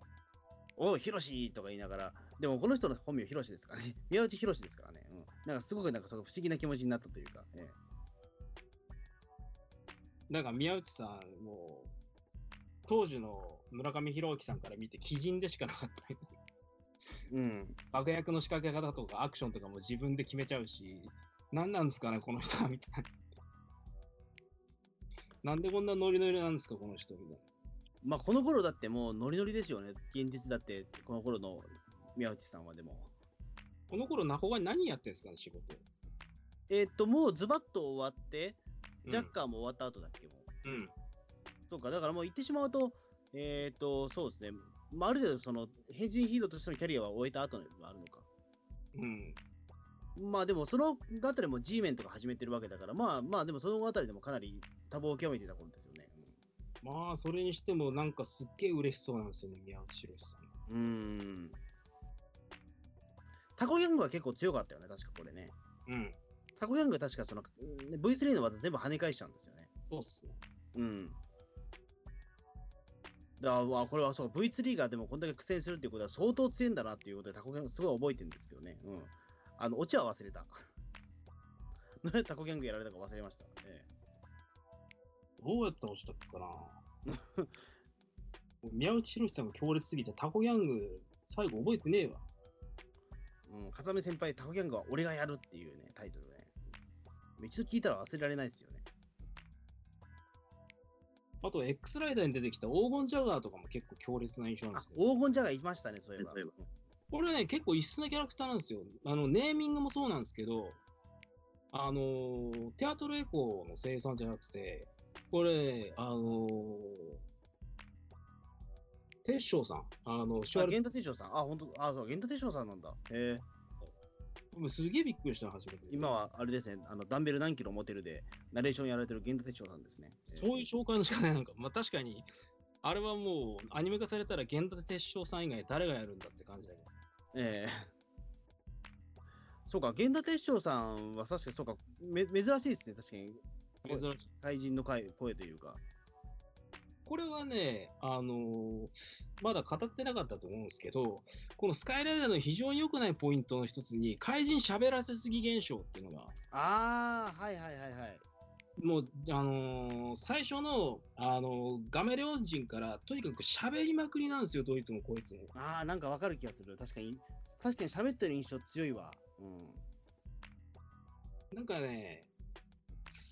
S2: おう、ヒロシとか言いながら、でもこの人の本名ヒロシですからね。 宮内ヒロシですからね。うん。なんかすごくなんかその不思議な気持ちになったというか、ええ
S3: なんか宮内さんも、当時の村上弘之さんから見て、鬼人でしかなかった。
S2: うん。
S3: 爆薬の仕掛け方とかアクションとかも自分で決めちゃうし、何なんですかね、この人は、みたいな。なんでこんなノリノリなんですか、この人、みたい
S2: まあこの頃だってもうノリノリですよね。現実だって、この頃の宮内さんはでも。
S3: な。この頃、ナホが何やってんですかね、仕事。
S2: えーっと、もうズバッと終わって、ジャッカーも終わった後だっけ、もう。
S3: うん。
S2: そうか、だからもう言ってしまうと、えーっと、そうですね。まあある程度その、変人ヒーローとしてのキャリアは終えた後にもあるのか。
S3: うん。
S2: まあでもそのあたりも G メンとか始めてるわけだから、まあまあでもそのあたりでもかなり多忙を極めてた頃ですよね。うん
S3: まあ、それにしても、なんかすっげえ嬉しそうなんですよね、宮内博さん。
S2: うーん。タコギャングは結構強かったよね、確かこれね。
S3: うん。
S2: タコギャングは確かその、うんね V3 の技全部跳ね返しちゃうんですよね。
S3: そうっすね。
S2: うん。だからうわ、これはそう、V3 がでもこんだけ苦戦するっていうことは相当強いんだなっていうことで、タコギャングすごい覚えてるんですけどね。うん。あの、オチは忘れた。 なんでタコギャングやられたか忘れました。ええ
S3: どうやって落ちたっけかな。 宮内博さんが強烈すぎて、タコギャング、最後覚えてねえわ。
S2: うん、風見先輩、タコギャングは俺がやるっていうね、タイトルね。一度聞いたら忘れられないですよね。
S3: あと、X ライダーに出てきた黄金ジャガーとかも結構強烈な印象なんで
S2: あ
S3: すけど、
S2: 黄金ジャガーいましたね、そういえば。
S3: これね、結構異質なキャラクターなんですよ。あの、ネーミングもそうなんですけど、あのーテアトルエコーの生産じゃなくて、これ、あのー、鉄匠さん、あの、シュ
S2: あ、
S3: ワル
S2: 源田哲章さん。あ、本当あ、そう、源田哲章さんなんだ。え
S3: すげえびっくりした、初めて。
S2: 今は、あれですね、あの、ダンベル何キロ持てるで、ナレーションやられてる源田哲章さんですね。
S3: そういう紹介の仕方なんか、まあ確かに、あれはもう、アニメ化されたら、源田鉄匠さん以外誰がやるんだって感じだね。
S2: ええそうか、源田鉄章さんは確かに、そうか、め珍しいですね、確かに。
S3: 珍しい。
S2: 怪人の声声というか。
S3: これはね、あのーまだ語ってなかったと思うんですけど、このスカイライダーの非常に良くないポイントの一つに、怪人喋らせすぎ現象っていうのが、
S2: ああ、はいはいはいはい。
S3: もう、あのー最初の、あのーガメレオン人から、とにかく喋りまくりなんですよ、どいつもこいつも。
S2: ああ、なんかわかる気がする。確かに、確かに喋ってる印象強いわ。うん。
S3: なんかね、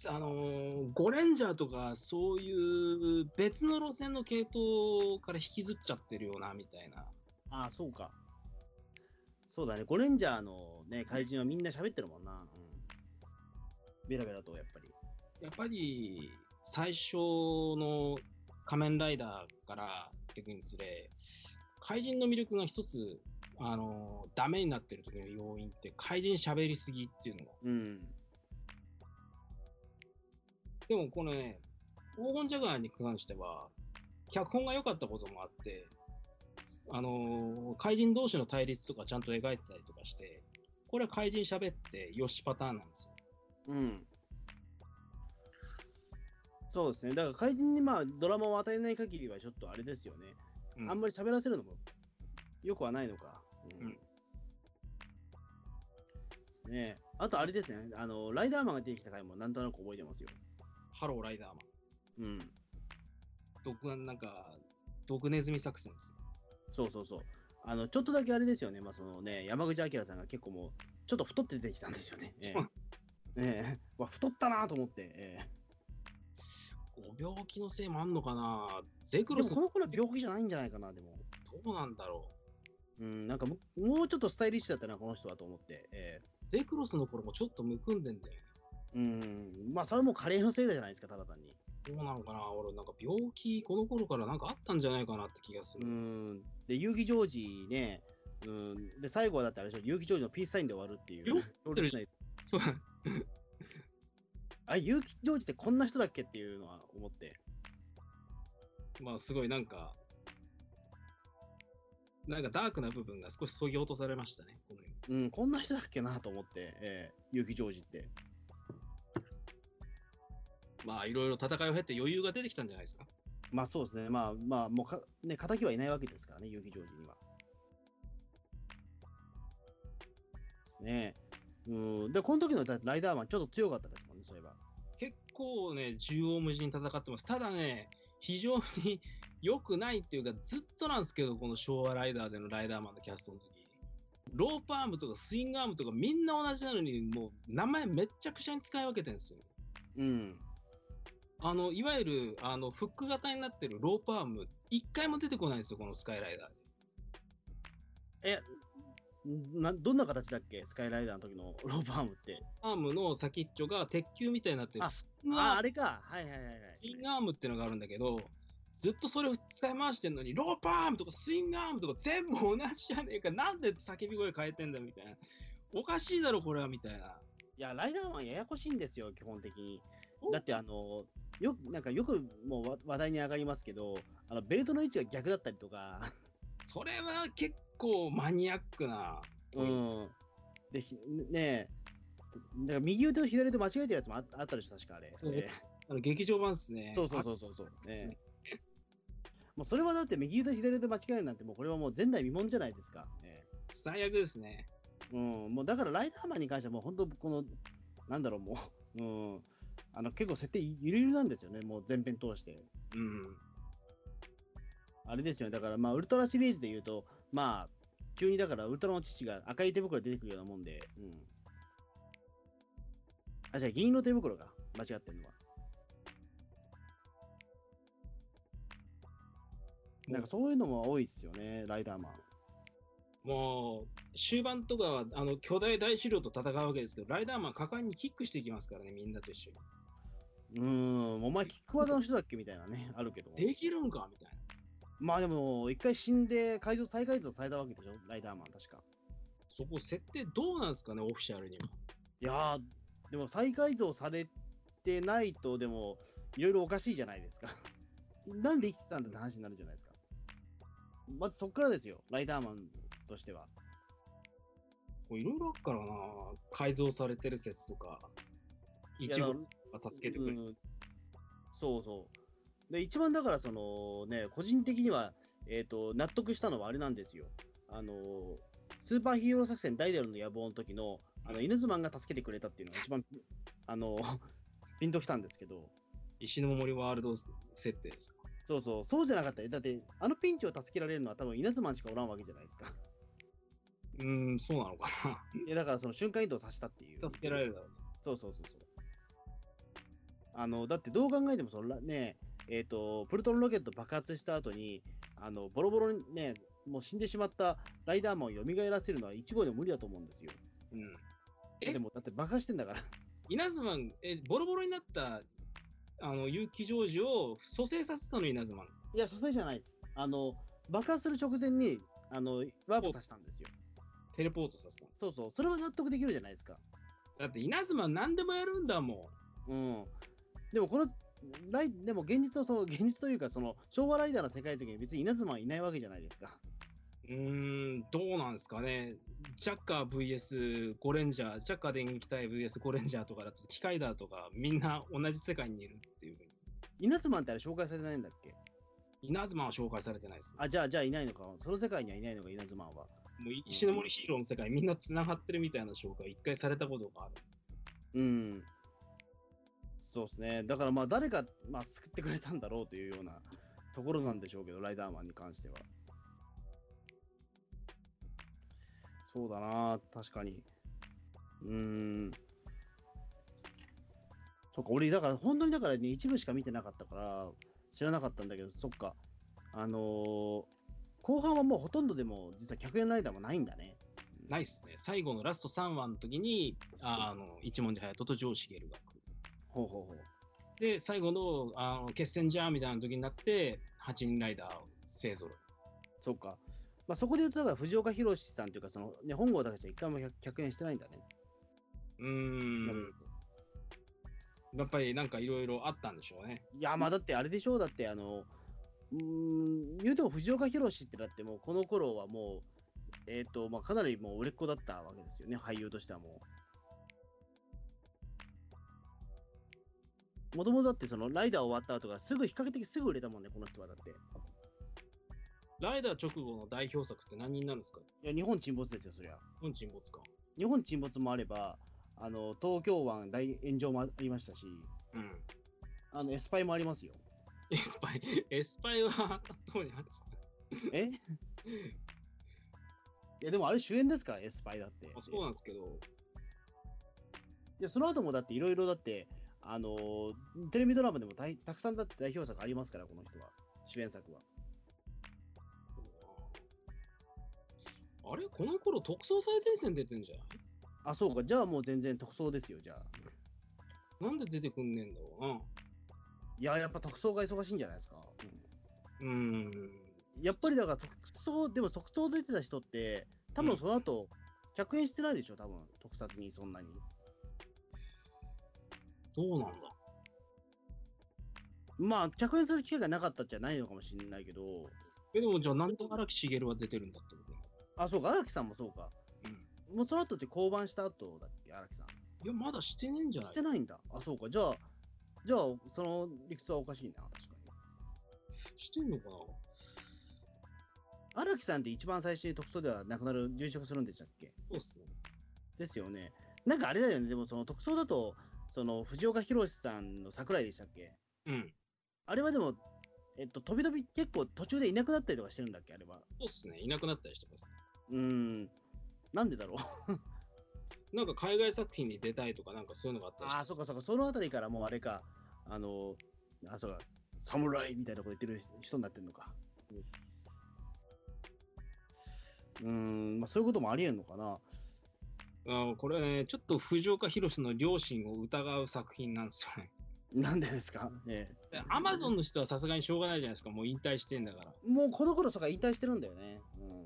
S3: あのーゴレンジャーとか、そういう別の路線の系統から引きずっちゃってるよな、みたいな。
S2: ああ、そうか。そうだね、ゴレンジャーのね、怪人はみんな喋ってるもんな。うん。ベラベラと、やっぱり。
S3: やっぱり、最初の仮面ライダーから逆につれ、怪人の魅力が一つ、あのーダメになってる時の要因って、怪人喋りすぎっていうのが。
S2: うん。
S3: でもこのね、黄金ジャガーに関しては、脚本が良かったこともあって、あのー怪人同士の対立とかちゃんと描いてたりとかして、これは怪人喋ってよしパターンなんですよ。
S2: うん。そうですね。だから怪人にまあドラマを与えない限りはちょっとあれですよね。
S3: うん
S2: あんまり喋らせるのもよくはないのか。
S3: うん
S2: ですねあとあれですね。あの、ライダーマンが出てきた回もなんとなく覚えてますよ。
S3: ハローライダーマ
S2: う
S3: ン。
S2: ん。
S3: 毒がなんか、毒ネズミ作戦です。
S2: そうそうそう。あの、ちょっとだけあれですよね。まあそのね、山口明さんが結構もう、ちょっと太って出てきたんですよね。え
S3: そう
S2: えええ うわ太ったなと思って。ええ
S3: ご病気のせいもあんのかなゼク
S2: で
S3: ロ
S2: も
S3: ス
S2: この頃は病気じゃないんじゃないかな、でも。
S3: どうなんだろう
S2: うん、なんかももうちょっとスタイリッシュだったな、この人はと思って。え
S3: ゼクロスの頃もちょっとむくんでんだよね。
S2: ーうん、まあ、それはもう加齢のせいじゃないですか、ただ単に。
S3: どうなのかな俺なんか病気、この頃からなんかあったんじゃないかなって気がす
S2: う
S3: る。
S2: ん、で、遊戯ジョージね、うん、で、最後はだってあれでしょ、遊戯ジョージのピースサインで終わるっていう
S3: よ。
S2: 強烈なやつ
S3: そう
S2: あ、遊戯ジョージってこんな人だっけっていうのは思って。
S3: まあすごいなんか、なんかダークな部分が少し削ぎ落とされましたね。この世
S2: うん、こんな人だっけなと思って、えー、遊戯ジョージって。
S3: まあいろいろ戦いを経て余裕が出てきたんじゃないですか。
S2: まあそうですね、まあまあ、もうか、ね、敵はいないわけですからね、遊戯ジョージには。ですね。うん、で、この時のだってライダーマン、ちょっと強かったですもんね、そういえば。
S3: 結構ね、縦横無尽に戦ってます。ただね、非常に良くないっていうか、ずっとなんですけど、この昭和ライダーでのライダーマンのキャストの時ロープアームとかスイングアームとかみんな同じなのに、もう名前めっちゃくちゃに使い分けてるんですよ。
S2: うん。
S3: あの、いわゆる、あの、フック型になってるロープアーム、一回も出てこないんですよ、このスカイライダーで。
S2: んなどんな形だっけスカイライダーの時の ロープアームって。
S3: アームの先っちょが鉄球みたいになってる
S2: あ
S3: スイング
S2: あ
S3: ア
S2: あ、
S3: ー
S2: あ
S3: ム
S2: れか。はいはいはいはい。
S3: スイングアームっていうのがあるんだけど、ずっとそれを使い回してるのに、ロープアームとかスイングアームとか全部同じじゃねえか、なんで叫び声変えてんだみたいな。おかしいだろ、これは、みたいな。
S2: いや、ライダーマンややこしいんですよ、基本的に。だって、あの、よく、なんかよくもうわ話題に上がりますけど、あの、ベルトの位置が逆だったりとか、
S3: それは結構マニアックな。
S2: うん。で、ひねえ、だから右腕と左腕間違えてるやつもああったでしょ、確かあれ。
S3: そう
S2: え
S3: あの劇場版っすね
S2: え。そうそう
S3: う。
S2: そうそうそう。
S3: です
S2: え
S3: ね
S2: えもうそれはだって右腕と左腕間違えるなんて、もうこれはもう前代未聞じゃないですか。ええ
S3: 最悪ですね。
S2: うん、もうだからライダーマンに関しては、もう本当、この、なんだろう、もう、うん、あの結構設定ゆるゆるなんですよね、もう前編通して。
S3: うん。
S2: あれですよね、だから、まあ、ウルトラシリーズで言うと、まあ、急にだから、ウルトラの父が赤い手袋で出てくるようなもんで、うん。あ、じゃあ、銀色手袋か、間違ってるのは。なんかそういうのも多いですよね、ライダーマン。
S3: もう、終盤とかは、あの、巨大大狩猟と戦うわけですけど、ライダーマン果敢にキックしていきますからね、みんなと一緒に。
S2: うーん、お前、キック技の人だっけみたいなね、あるけども。
S3: できるんかみたいな。
S2: まあでも、一回死んで改造、再改造されたわけでしょ、ライダーマン、確か。
S3: そこ、設定どうなんですかね、オフィシャルには。
S2: いやー、でも再改造されてないと、でも、いろいろおかしいじゃないですか。 なんで生きてたんだって話になるじゃないですか。まずそっからですよ、ライダーマンとしては。
S3: こういろいろあるからな、改造されてる説とか、一
S2: いや
S3: 部
S2: だ
S3: が助けてくれる。
S2: うんそうそう。で、一番だから、そのね、個人的には、えっ、と、納得したのはあれなんですよ。あのースーパーヒーロー作戦ダイダルの野望の時の、あの、犬妻が助けてくれたっていうのが一番、あのー ピンときたんですけど、
S3: 石の森ワールド設定ですか。
S2: そうそう、そうじゃなかったよだって、あのピンチを助けられるのは多分稲妻しかおらんわけじゃないですか。
S3: うーん、そうなのか
S2: いや、だからその瞬間移動させたっていう。
S3: な。助けられるだろうね。
S2: そうそうそうそう。あの、だってどう考えてもそのら、ね、えっ、と、プルトンロケット爆発した後に、あの、ボロボロにね、もう死んでしまったライダーマンを蘇らせるのは1号でも無理だと思うんですよ。
S3: うん。え
S2: でも、だって爆破してんだから。
S3: 稲妻、え、ボロボロになった、あの、結城ジョージを蘇生させたの、稲妻。
S2: いや、蘇生じゃないです。あの、爆破する直前に、あの、ワープさせたんですよ。
S3: テレポートさせたの。
S2: そうそう。それは納得できるじゃないですか。
S3: だって、稲妻何でもやるんだも
S2: うん。でも、この、ライでも現実とその、現実というか、その、昭和ライダーの世界的に別に稲妻はいないわけじゃないですか。
S3: ん。うーん、どうなんですかね。ジャッカー VS ゴレンジャー、ジャッカー電撃隊 VS ゴレンジャーとかだと、機械だとか、みんな同じ世界にいるっていうふうに。
S2: 稲妻ってあれ紹介されてないんだっけ
S3: 稲妻は紹介されてないです。
S2: あ、じゃあ、じゃあいないのか。その世界にはいないのか、稲妻は。
S3: もう石の森ヒーローの世界、みんな繋がってるみたいな紹介、一回されたことがある。
S2: うん。そうですね。だからまあ、誰か、まあ、救ってくれたんだろうというようなところなんでしょうけど、ライダーマンに関しては。そうだな確かに。うーん。そっか、俺、だから、本当にだからね、一部しか見てなかったから、知らなかったんだけど、そっか。あのー後半はもうほとんどでも、実は100円ライダーもないんだね。
S3: ないっすね。最後のラスト3話の時に、ああの、一文字隼人とジョーシゲルが来る。
S2: ほうほうほう。
S3: で、最後の、あの、決戦じゃーみたいな時になって、8人ライダー勢ぞろい。
S2: そうか。まあ、そこで言うと、だから藤岡弘さんというか、その、ね、本郷たちは一回も 100, 100円してないんだね。
S3: うーん。やっぱりなんかいろいろあったんでしょうね。
S2: いや、まあ、だってあれでしょう、だってあの、うーん、言うても藤岡弘ってだってもう、この頃はもう、えっ、と、まあ、かなりもう売れっ子だったわけですよね、俳優としてはもう。もともとだって、その、ライダー終わった後がすぐ、比較的すぐ売れたもんね、この人はだって。
S3: ライダー直後の代表作って何になるんですか
S2: いや、日本沈没ですよ、そりゃ。
S3: 本沈没か。
S2: 日本沈没もあれば、あの、東京湾大炎上もありましたし、
S3: うん。
S2: あの、エスパイもありますよ。
S3: エスパイ、エスパイは、どうにあるんですか
S2: えいや、でもあれ主演ですかエスパイだって。
S3: あそうなんですけど、
S2: いや、その後もだっていろいろだって、あのーテレビドラマでもたいたくさんだって代表作ありますから、この人は。主演作は。
S3: あれこの頃特捜最前線出てんじゃない
S2: あ、そうか。じゃあもう全然特捜ですよ、じゃあ。
S3: なんで出てくんねえんだろ
S2: いや、やっぱ特捜が忙しいんじゃないですか。
S3: うな。うーん。
S2: うん、やっぱりだから特捜、でも特捜出てた人って、多分その後、100円してないでしょ、多分特撮にそんなに。
S3: どうなんだ
S2: まあ、100円する機会がなかったっちゃないのかもしれないけど、
S3: え、でもじゃあなんで荒木しげるは出てるんだってことなの
S2: あ、そうか、荒木さんもそうか。
S3: うん。
S2: もうその後って降板した後だっけ、荒木さん。
S3: いや、まだしてねえんじゃない
S2: してないんだ。あ、そうか。じゃあ、じゃあ、その理屈はおかしいな、確かに。
S3: してんのかな
S2: 荒木さんって一番最初に特捜ではなくなる、殉職するんでしたっけ
S3: そうっすね。
S2: ですよね。なんかあれだよね、でもその特捜だと、その藤岡弘、さんの桜井でしたっけ
S3: うん。
S2: あれはでも、えっと、飛び飛び結構途中でいなくなったりとかしてるんだっけ、あれは。
S3: そうっすね、いなくなったりしてます。
S2: うん。なんでだろう。
S3: なんか海外作品に出たいとか、なんかそういうのがあったりして
S2: ああ、そっかそっか、そのあたりからもうあれか、あの、あ、そうか、侍みたいなこと言ってる人になってるのか。うん、うーんまあ、そういうこともありえるのかな。
S3: あこれね、ちょっと藤岡弘の両親を疑う作品なんですよね。
S2: なんでですかねえ
S3: アマゾンの人はさすがにしょうがないじゃないですか、もう引退してんだから。
S2: もうこの頃とか引退してるんだよね。うん。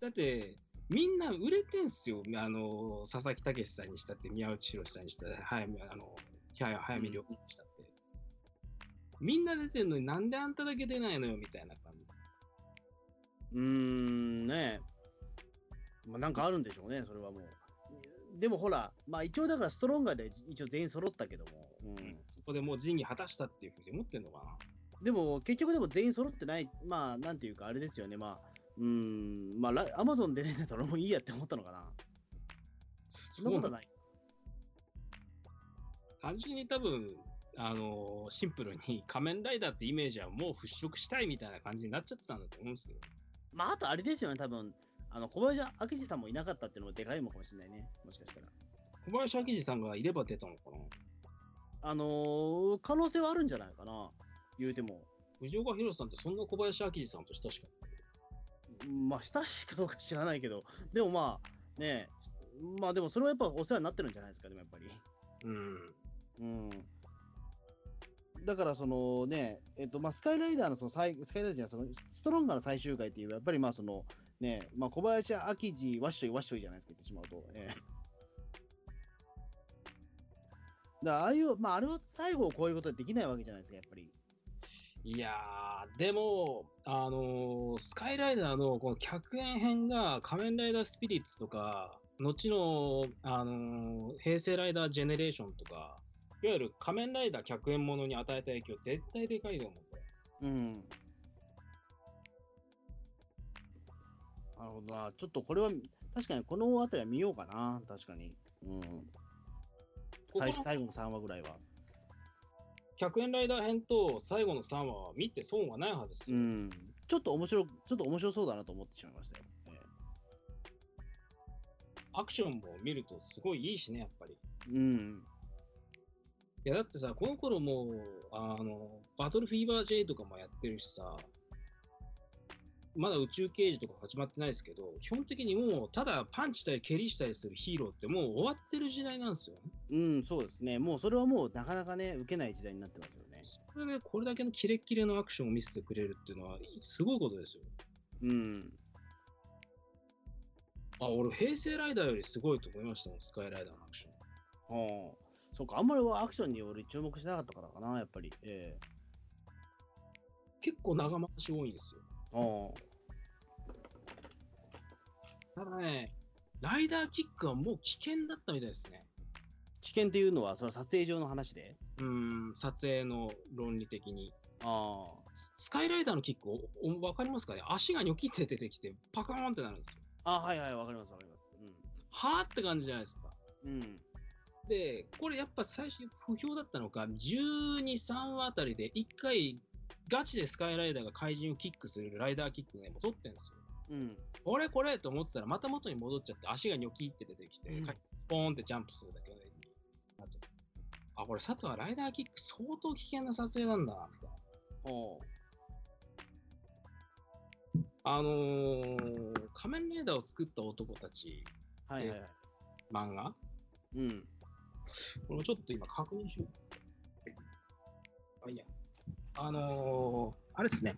S3: だって、みんな売れてんすよ、あの佐々木武さんにしたって、宮内宏さんにしたって、早見あの早早見良子さんにしたって。みんな出てんのになんであんただけ出ないのよみたいな感じ。
S2: うーん、ねえ。まあ、なんかあるんでしょうね、それはもう。でもほら、まあ一応だからストロンガーで一応全員揃ったけども、うん、
S3: そこでもう仁義果たしたっていうふうに思ってんのかな。
S2: でも結局でも全員揃ってない、まあなんていうかあれですよね、まあ、うーん、まあラアマゾンでねえん だったらもういいやって思ったのかな。そんなことはない。
S3: 単純に多分、あのシンプルに仮面ライダーってイメージはもう払拭したいみたいな感じになっちゃってたんだと思うんですけど。
S2: まああとあれですよね、多分あの小林明治さんもいなかったっていうのもでかいのかもしれないね、もしかしたら。
S3: 小林明治さんがいれば出たのかな
S2: あのー可能性はあるんじゃないかな、言うても。
S3: 藤岡弘さんってそんな小林明治さんと親しかった。
S2: まあ、親しいかどうか知らないけど、でもまあ、ねえ、まあでもそれはやっぱお世話になってるんじゃないですか、でもやっぱり。
S3: うん。
S2: うん。だから、そのね、えっと、まあ、スカイライダーのその最、スカイライダーじゃないその、ストロンガーの最終回っていうやっぱりまあ、その、ね、まあ、小林明治、わっしょいわっしょいじゃないですか、言ってしまうと。ええだからああいう、まあ、あれは最後を超えることはできないわけじゃないですか、やっぱり。
S3: いやー、でも、あのースカイライダーのこの客円編が仮面ライダースピリッツとか、後の、あのー平成ライダージェネレーションとか、いわゆる仮面ライダー客円ものに与えた影響絶対でかいと思う。
S2: うん。なるほどな。ちょっとこれは、確かにこの辺りは見ようかな。確かに。うん。
S3: ここ
S2: 最
S3: の
S2: 最後の3話ぐらいは。
S3: 100円ライダー編と最後の3話は見て損はないはずです
S2: う
S3: よ。
S2: ん。ちょっと面白、ちょっと面白そうだなと思ってしまいましたよ。え
S3: アクションも見るとすごいいいしね、やっぱり。
S2: えうん。
S3: いや、だってさ、この頃もう、あの、バトルフィーバー J とかもやってるしさ、まだ宇宙刑事とか始まってないですけど、基本的にもう、ただパンチしたり蹴りしたりするヒーローってもう終わってる時代なんですよね。
S2: うん、そうですね。もうそれはもうなかなかね、受けない時代になってますよね。
S3: それで、これだけのキレッキレのアクションを見せてくれるっていうのは、すごいことですよ。
S2: うん。
S3: あ、俺、平成ライダーよりすごいと思いましたもん、スカイライダーのアクション。
S2: はあ。そうか、あんまり俺アクションに俺注目しなかったからかな、やっぱり。え
S3: 結構長回し多いんですよ。
S2: えはあ。
S3: ただね、ライダーキックはもう危険だったみたいですね。
S2: 知見っていうのは、それは撮影上の話で。
S3: うーん、撮影の論理的に。
S2: ああ。
S3: ススカイライダーのキック、おおわかりますかね足がニョキって出てきて、パカーンってなるんですよ。
S2: あ、はいはい、わかります、わかります。
S3: はーって感じじゃないですか。
S2: うん。うん。
S3: で、これやっぱ最初不評だったのか、12、3話あたりで1回、ガチでスカイライダーが怪人をキックするライダーキックが今取ってんですよ。
S2: うん。
S3: これこれと思ってたら、また元に戻っちゃって、足がニョキって出てきて、
S2: うん
S3: スポーンってジャンプするだけで、なっちゃったあ、これ佐藤はライダーキック相当危険な撮影なんだな、みたいな。
S2: ほ
S3: あのー、仮面ライダーを作った男たち、
S2: う。はいはいはい。
S3: 漫画
S2: うん。
S3: これもちょっと今確認しよう。あ、いいや。あのー、あれですね。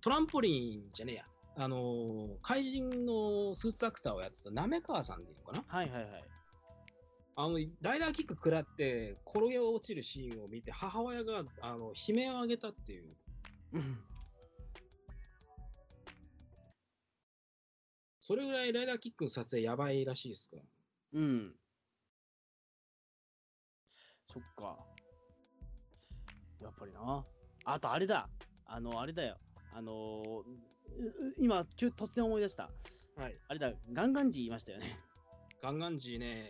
S3: トランポリンじゃねえや。あのー、怪人のスーツアクターをやってた滑川さんでいいのかな
S2: はいはいはい。
S3: あの、ライダーキック食らって転げ落ちるシーンを見て、母親が、あの、悲鳴を上げたっていう。
S2: うん
S3: それぐらいライダーキックの撮影やばいらしいですから。
S2: うん。そっか。やっぱりな。あとあれだ。あの、あれだよ。あのーうう今、急突然思い出した。
S3: はい。
S2: あれだ、ガンガンジーいましたよね。
S3: ガンガンジーね、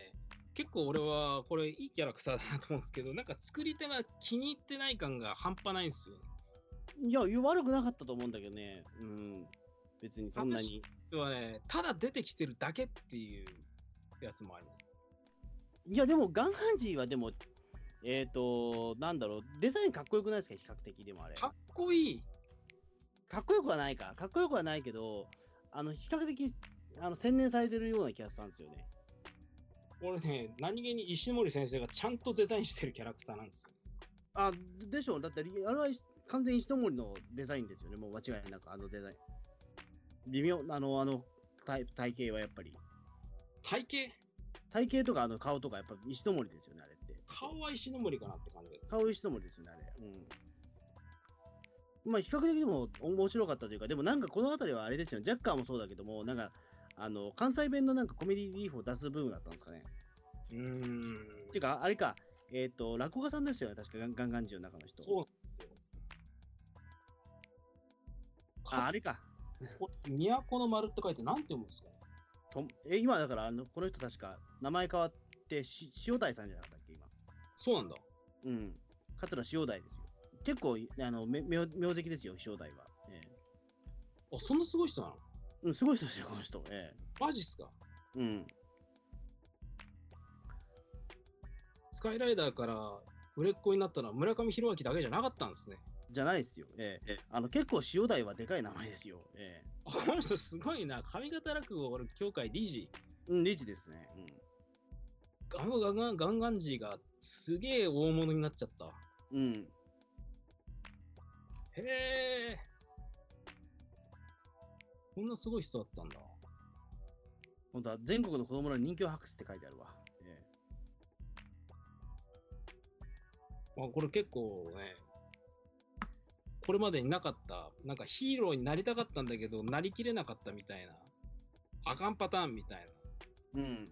S3: 結構俺はこれいいキャラクターだなと思うんですけど、なんか作り手が気に入ってない感が半端ないんですよ。
S2: いや、悪くなかったと思うんだけどね。うん。別にそんなに。
S3: ではね、ただ出てきてるだけっていうやつもあります。
S2: いや、でも、ガンハンジーはでも、えっ、と、なんだろう、デザインかっこよくないですか、比較的でもあれ。か
S3: かっこいい。
S2: っこよくはないか。かっこよくはないけど、あの、比較的、あの、洗練されてるような気がしたんですよね。
S3: 俺ね、何気に石森先生がちゃんとデザインしてるキャラクターなんですよ。
S2: あ、でしょう。だって、リあれは完全に一森のデザインですよね。もう間違いなく、あのデザイン。微妙、あの、あの、体体型はやっぱり。
S3: 体型、
S2: 体型とかあの顔とかやっぱ石森ですよね、あれって。
S3: 顔は石森かなって感じで。
S2: 顔石森ですよね、あれ。うん。まあ、比較的でも面白かったというか、でもなんかこの辺りはあれですよね、ジャッカーもそうだけども、なんか、あの、関西弁のなんかコメディリーフを出す部分だったんですかね。
S3: うーん。
S2: ていうか、あれか、えっ、と、落語家さんですよね、確かガンガンガンジーの中の人。
S3: そうなんですよ。
S2: あ、あれか。
S3: これ都の丸って書いてなんて読むんですかね
S2: とえ、今だから、あの、この人確か、名前変わって、し塩鯛さんじゃなかったっけ、今。
S3: そうなんだ。
S2: うん。桂塩鯛ですよ。結構、あの、め名名跡ですよ、塩鯛は。ええ
S3: あ、そんなすごい人なの
S2: うん、すごい人ですよ、この人。え
S3: マジっすか
S2: えうん。
S3: スカイライダーから売れっ子になったのは村上弘明だけじゃなかったんですね。
S2: じゃないですよ。ええあの結構塩鯛はでかい名前ですよ。え
S3: あこの人すごいな。上方落語協会理事、
S2: えうん、リーチですね。
S3: ガンガンガンガンガンジーがすげえ大物になっちゃった。
S2: うん。うん。
S3: へえ。こんなすごい人だったんだ。
S2: 本当は全国の子供の人気を博すって書いてあるわ。え
S3: まあ、これ結構ね、これまでになかった、なんかヒーローになりたかったんだけど、なりきれなかったみたいな、あかんパターンみたい
S2: えうん。
S3: な、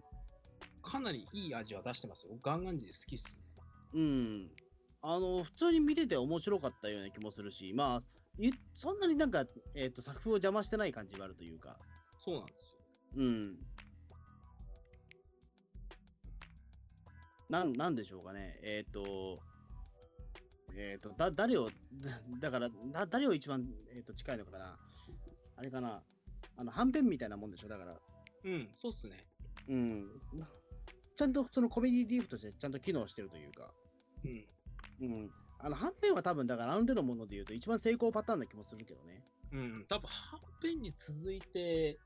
S3: かなりいい味は出してますよ。ガンガンジー好きっすね。
S2: うん。あの、普通に見てて面白かったような気もするし、まあ、いそんなになんか、えっ、と、作風を邪魔してない感じがあるというか。
S3: そうなんですよ。
S2: うん。なん、なんでしょうかね。えっ、と、えっ、と、だ、誰を、 だだから、だ誰を一番、えっと近いのかな。あれかな。あの、はんぺんみたいなもんでしょ。だから、
S3: うん、そうっすね。
S2: うん。なちゃんとそのコメディリーフとしてちゃんと機能してるというか。
S3: うん。
S2: うん。あの、はんぺんは多分、だから、あの手のもので言うと、一番成功パターンな気もするけどね。
S3: うん、多分、はんぺんに続いて、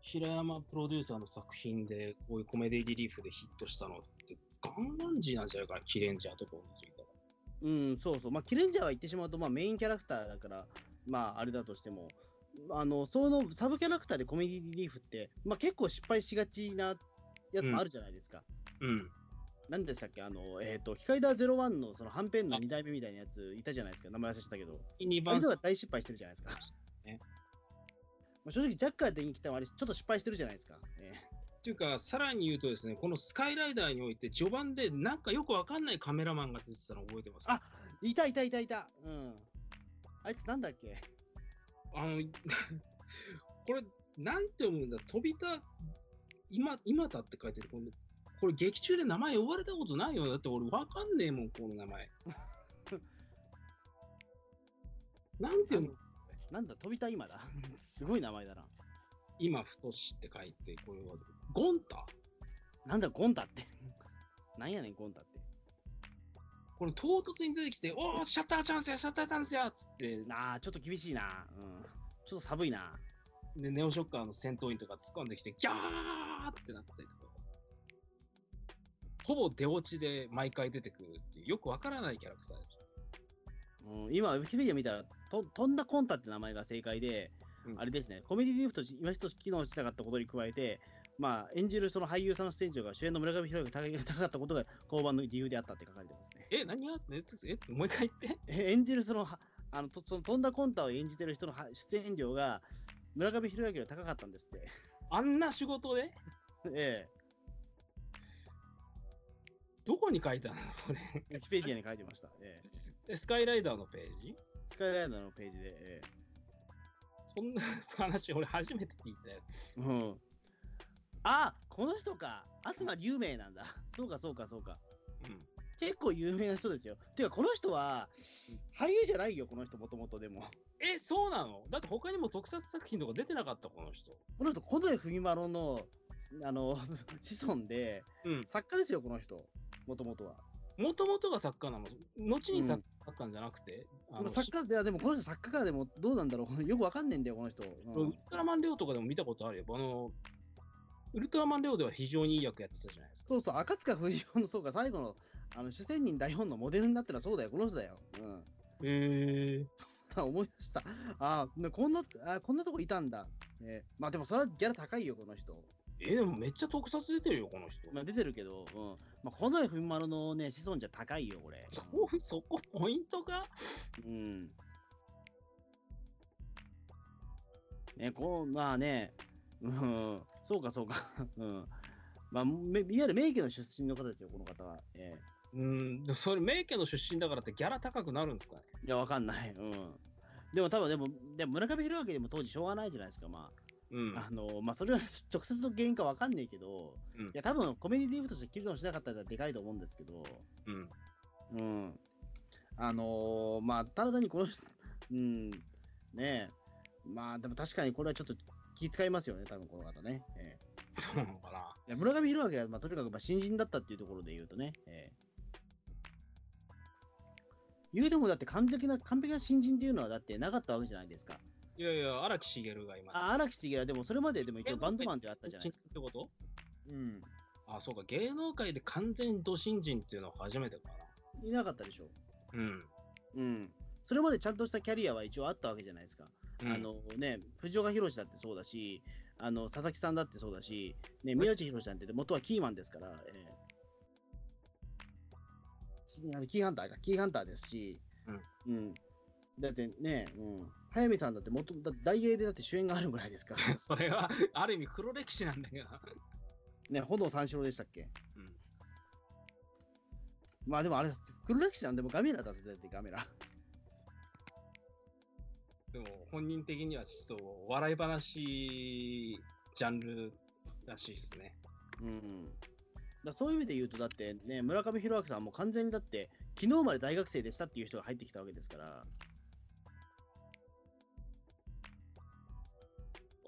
S3: 平山プロデューサーの作品で、こういうコメディリリーフでヒットしたのって、ガンガンジーなんじゃないかな、キレンジャーとかを除いたら。
S2: うん、そうそう。まあ、キレンジャーは言ってしまうと、まあ、メインキャラクターだから、まあ、あれだとしても、あの、そのサブキャラクターでコメディリリーフって、まあ、結構失敗しがちなやつもあるじゃないですか。
S3: うん。
S2: 何でしたっけあの、えっ、と、ヒカイダー01のその半辺の2代目みたいなやついたじゃないですか。名前忘れちゃったけど。
S3: 2
S2: あれ
S3: 番
S2: と
S3: さ
S2: か大失敗してるじゃないですか。
S3: ね
S2: まあ正直、ジャッカーでに来たのはあれ、ちょっと失敗してるじゃないですか。え
S3: っていうか、さらに言うとですね、このスカイライダーにおいて、序盤でなんかよくわかんないカメラマンが出てたの覚えてます
S2: あえいたいたいたいた。うん。あいつなんだっけ
S3: あの、 これ、なんて読むんだ、飛びた、今、今だって書いてる。これ、これ劇中で名前呼ばれたことないよ。だって俺わかんねえもん、この名前。なんて読む
S2: なんだ、飛びた今だ。 すごい名前だな。
S3: 今、太しって書いて、これは、ゴンタ
S2: なんだ、ゴンタって。なんやねん、ゴンタって。
S3: これ唐突に出てきて、おー、シャッターチャンスや、シャッターチャンスやっつって、
S2: なあ、ちょっと厳しいな。うん。ちょっと寒いな。
S3: で、ネオショッカーの戦闘員とか突っ込んできて、ギャーってなったりとか。ほぼ出落ちで毎回出てくるっていう、よくわからないキャラクターでし
S2: うん、今、ウィキペディア見たら、と飛んだコンタって名前が正解で、
S3: うん
S2: あれですね、コメディリーフとして今一つ機能しなかったことに加えて、まあ、演じるその俳優さんの出演長が主演の村上弘之が 高かったことが降板の理由であったって書かれてますね。
S3: ょ。え、何がえ、つえもう一回言って。
S2: え演じるそのはあのとその飛んだコンタを演じてる人のは出演料が村上弘之より高かったんですって。
S3: あんな仕事で
S2: え
S3: どこに書いてあるのそれ。
S2: え、ウィキペディアに書いてました。ええ、
S3: えスカイライダーのページ
S2: スカイライナーのページで。ええ
S3: そんな 話、俺初めて聞いたよ。
S2: うん。あ、この人か。東龍明なんだ。そうか、そうか、そうか。
S3: うん。
S2: 結構有名な人ですよ。てか、この人は、俳優じゃないよ、この人、もともとでも。
S3: え、そうなのだって他にも特撮作品とか出てなかった、この人。
S2: この人、小添文丸の、あの、子孫で、
S3: うん。
S2: 作家ですよ、この人、もともとは。
S3: もともとが作家なの後に作家だったんじゃなくて、あの
S2: 作家、いや、でもこの人、作家か、でも、どうなんだろう、よ くわかんねえんだよ、この人。
S3: ウ
S2: うん
S3: ルトラマンレオとかでも見たことあるよ。あの、ウルトラマンレオでは非常にいい役やってたじゃないですか。
S2: そうそう、赤塚不二夫の、そうか、最後の、あの、主戦人代表のモデルになったらそうだよ、この人だよ。うん。
S3: へえ。
S2: あ 思い出した。あー、こんな、あこんなとこいたんだ。えまあでも、それはギャラ高いよ、この人。
S3: え、でもめっちゃ特撮出てるよ、この人。
S2: まあ、出てるけど、うん。まあ、この文丸のね、子孫じゃ高いよ、これ。
S3: そうそこ ポイントか
S2: うん。ね、こう、まあね、うん、そうか、そうか。 うん。まあ、めいわゆる名家の出身の方ですよ、この方は。え
S3: うん、でもそれ、名家の出身だからってギャラ高くなるんですかね。
S2: えいや、わかんない。うん。でも、多分でも、でも村上弘明でも当時しょうがないじゃないですか、まあ。
S3: うん。
S2: あの、まあ、それは直接の原因かわかんないけど、
S3: うん
S2: いや、多分コメディリーブとして機能しなかったらでかいと思うんですけど、
S3: うん、
S2: うん。あのーまあ、ただ単にこの人、うん、ねえ、まあ、でも確かにこれはちょっと気遣いますよね、多分この方ね。え
S3: そうなのかな。
S2: えいや村上弘明は、まあ、とにかくまあ新人だったっていうところで言うとね、ええ言うてもだって完璧な、完璧な新人っていうのはだってなかったわけじゃないですか。
S3: いやいや、荒木しげるが今。
S2: あ荒木茂はでもそれまででも一応バンドマンってあったじゃないですか。
S3: ってこと
S2: うん。
S3: あ、そうか、芸能界で完全土新人っていうのは初めてか
S2: いなかったでしょ。
S3: な。うん。
S2: うん。それまでちゃんとしたキャリアは一応あったわけじゃないですか。あのね、藤岡弘だってそうだし、あの佐々木さんだってそうだし、ね、宮内宏さんって元はキーマンですから、えーキあのキーハンターか、キーハンターですし、うん。だってね、うん、早見さんだって元、だ大英でだって主演があるぐらいですから、
S3: うん それは、ある意味黒歴史なんだけどな。
S2: ね、炎三四郎でしたっけ
S3: うん。
S2: まあでもあれ、黒歴史なんでもガメラだぜ、だってガメラ。
S3: でも、本人的にはちょっと、笑い話、ジャンルらしいですね。
S2: うん。だそういう意味で言うと、だってね、村上弘明さんも完全にだって、昨日まで大学生でしたっていう人が入ってきたわけですから、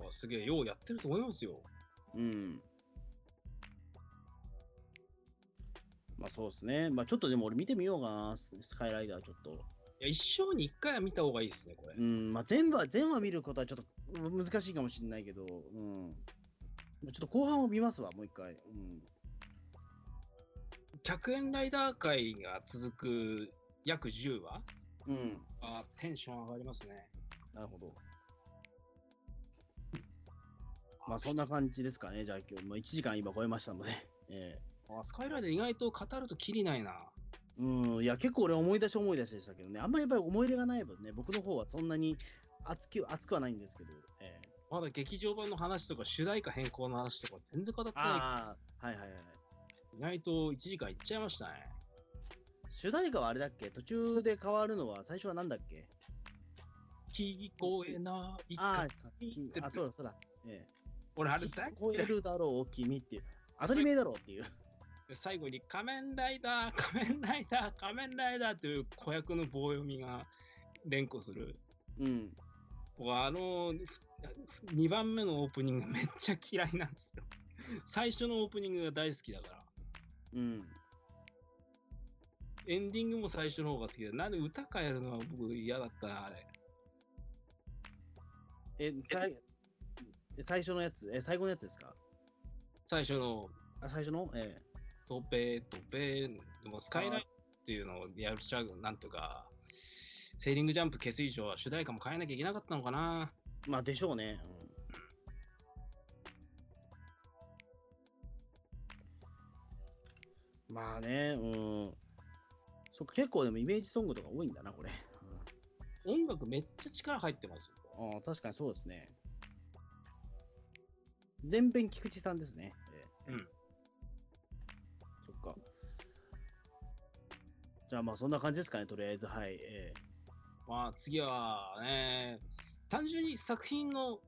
S3: あすげえ、ようやってると思いますよ。
S2: うん。まあそうですね。まあちょっとでも俺見てみようかな、ススカイライダーちょっと。
S3: いや、一生に一回は見た方がいいですね、これ。
S2: うん、まあ全部は、全話見ることはちょっとうん難しいかもしれないけど、うん。ちょっと後半を見ますわ、もう一回。うん。
S3: 100円ライダー界が続く約10話
S2: うん。
S3: あテンション上がりますね。
S2: なるほど。まあそんな感じですかね。じゃあ今日も1時間今超えましたので。 え
S3: あスカイライダー意外と語るとキリないな。
S2: えうん。いや、結構俺思い出し思い出しでしたけどね。あんまりやっぱり思い入れがない分ね、僕の方はそんなに熱き熱くはないんですけど。ええ
S3: まだ劇場版の話とか主題歌変更の話とか全然語ってな
S2: ああ、はいはいはい。
S3: い。意外と1時間いっちゃいましたね。
S2: 主題歌はあれだっけ途中で変わるのは、最初はなんだっけ
S3: 聞こえない
S2: あ
S3: か。
S2: あ、きあ、そうだそうだ。ええ、
S3: 俺あ
S2: あ
S3: れ大
S2: 超
S3: 好き
S2: え
S3: だよ
S2: るだろう、君っていう。当たり前だろうっていう。
S3: 最後に仮面ライダー、 仮面ライダー、仮面ライダーという子役の棒読みが連呼する。
S2: うん。
S3: 僕はあの2番目のオープニングめっちゃ嫌いなんですよ。最初のオープニングが大好きだから。
S2: うん。
S3: エンディングも最初の方が好きで、なんで歌変えるのは僕嫌だったな、あれ。
S2: え、さいえ最初のやつ、え、最後のやつですか
S3: 最初の
S2: あ最初のええ。
S3: トペトペもうスカイラインっていうのをやるちゃう、なんとか、セーリングジャンプ消す以上は主題歌も変えなきゃいけなかったのかな。
S2: まあ、でしょうね。うんまあね、うん。そっか、結構でもイメージソングとか多いんだな、これ。うん
S3: 音楽めっちゃ力入ってますよ。
S2: ああ、確かにそうですね。全編菊池さんですね。ええ
S3: うん。
S2: そっか。じゃあまあそんな感じですかね、とりあえず。はい。ええ
S3: まあ次はね、単純に作品の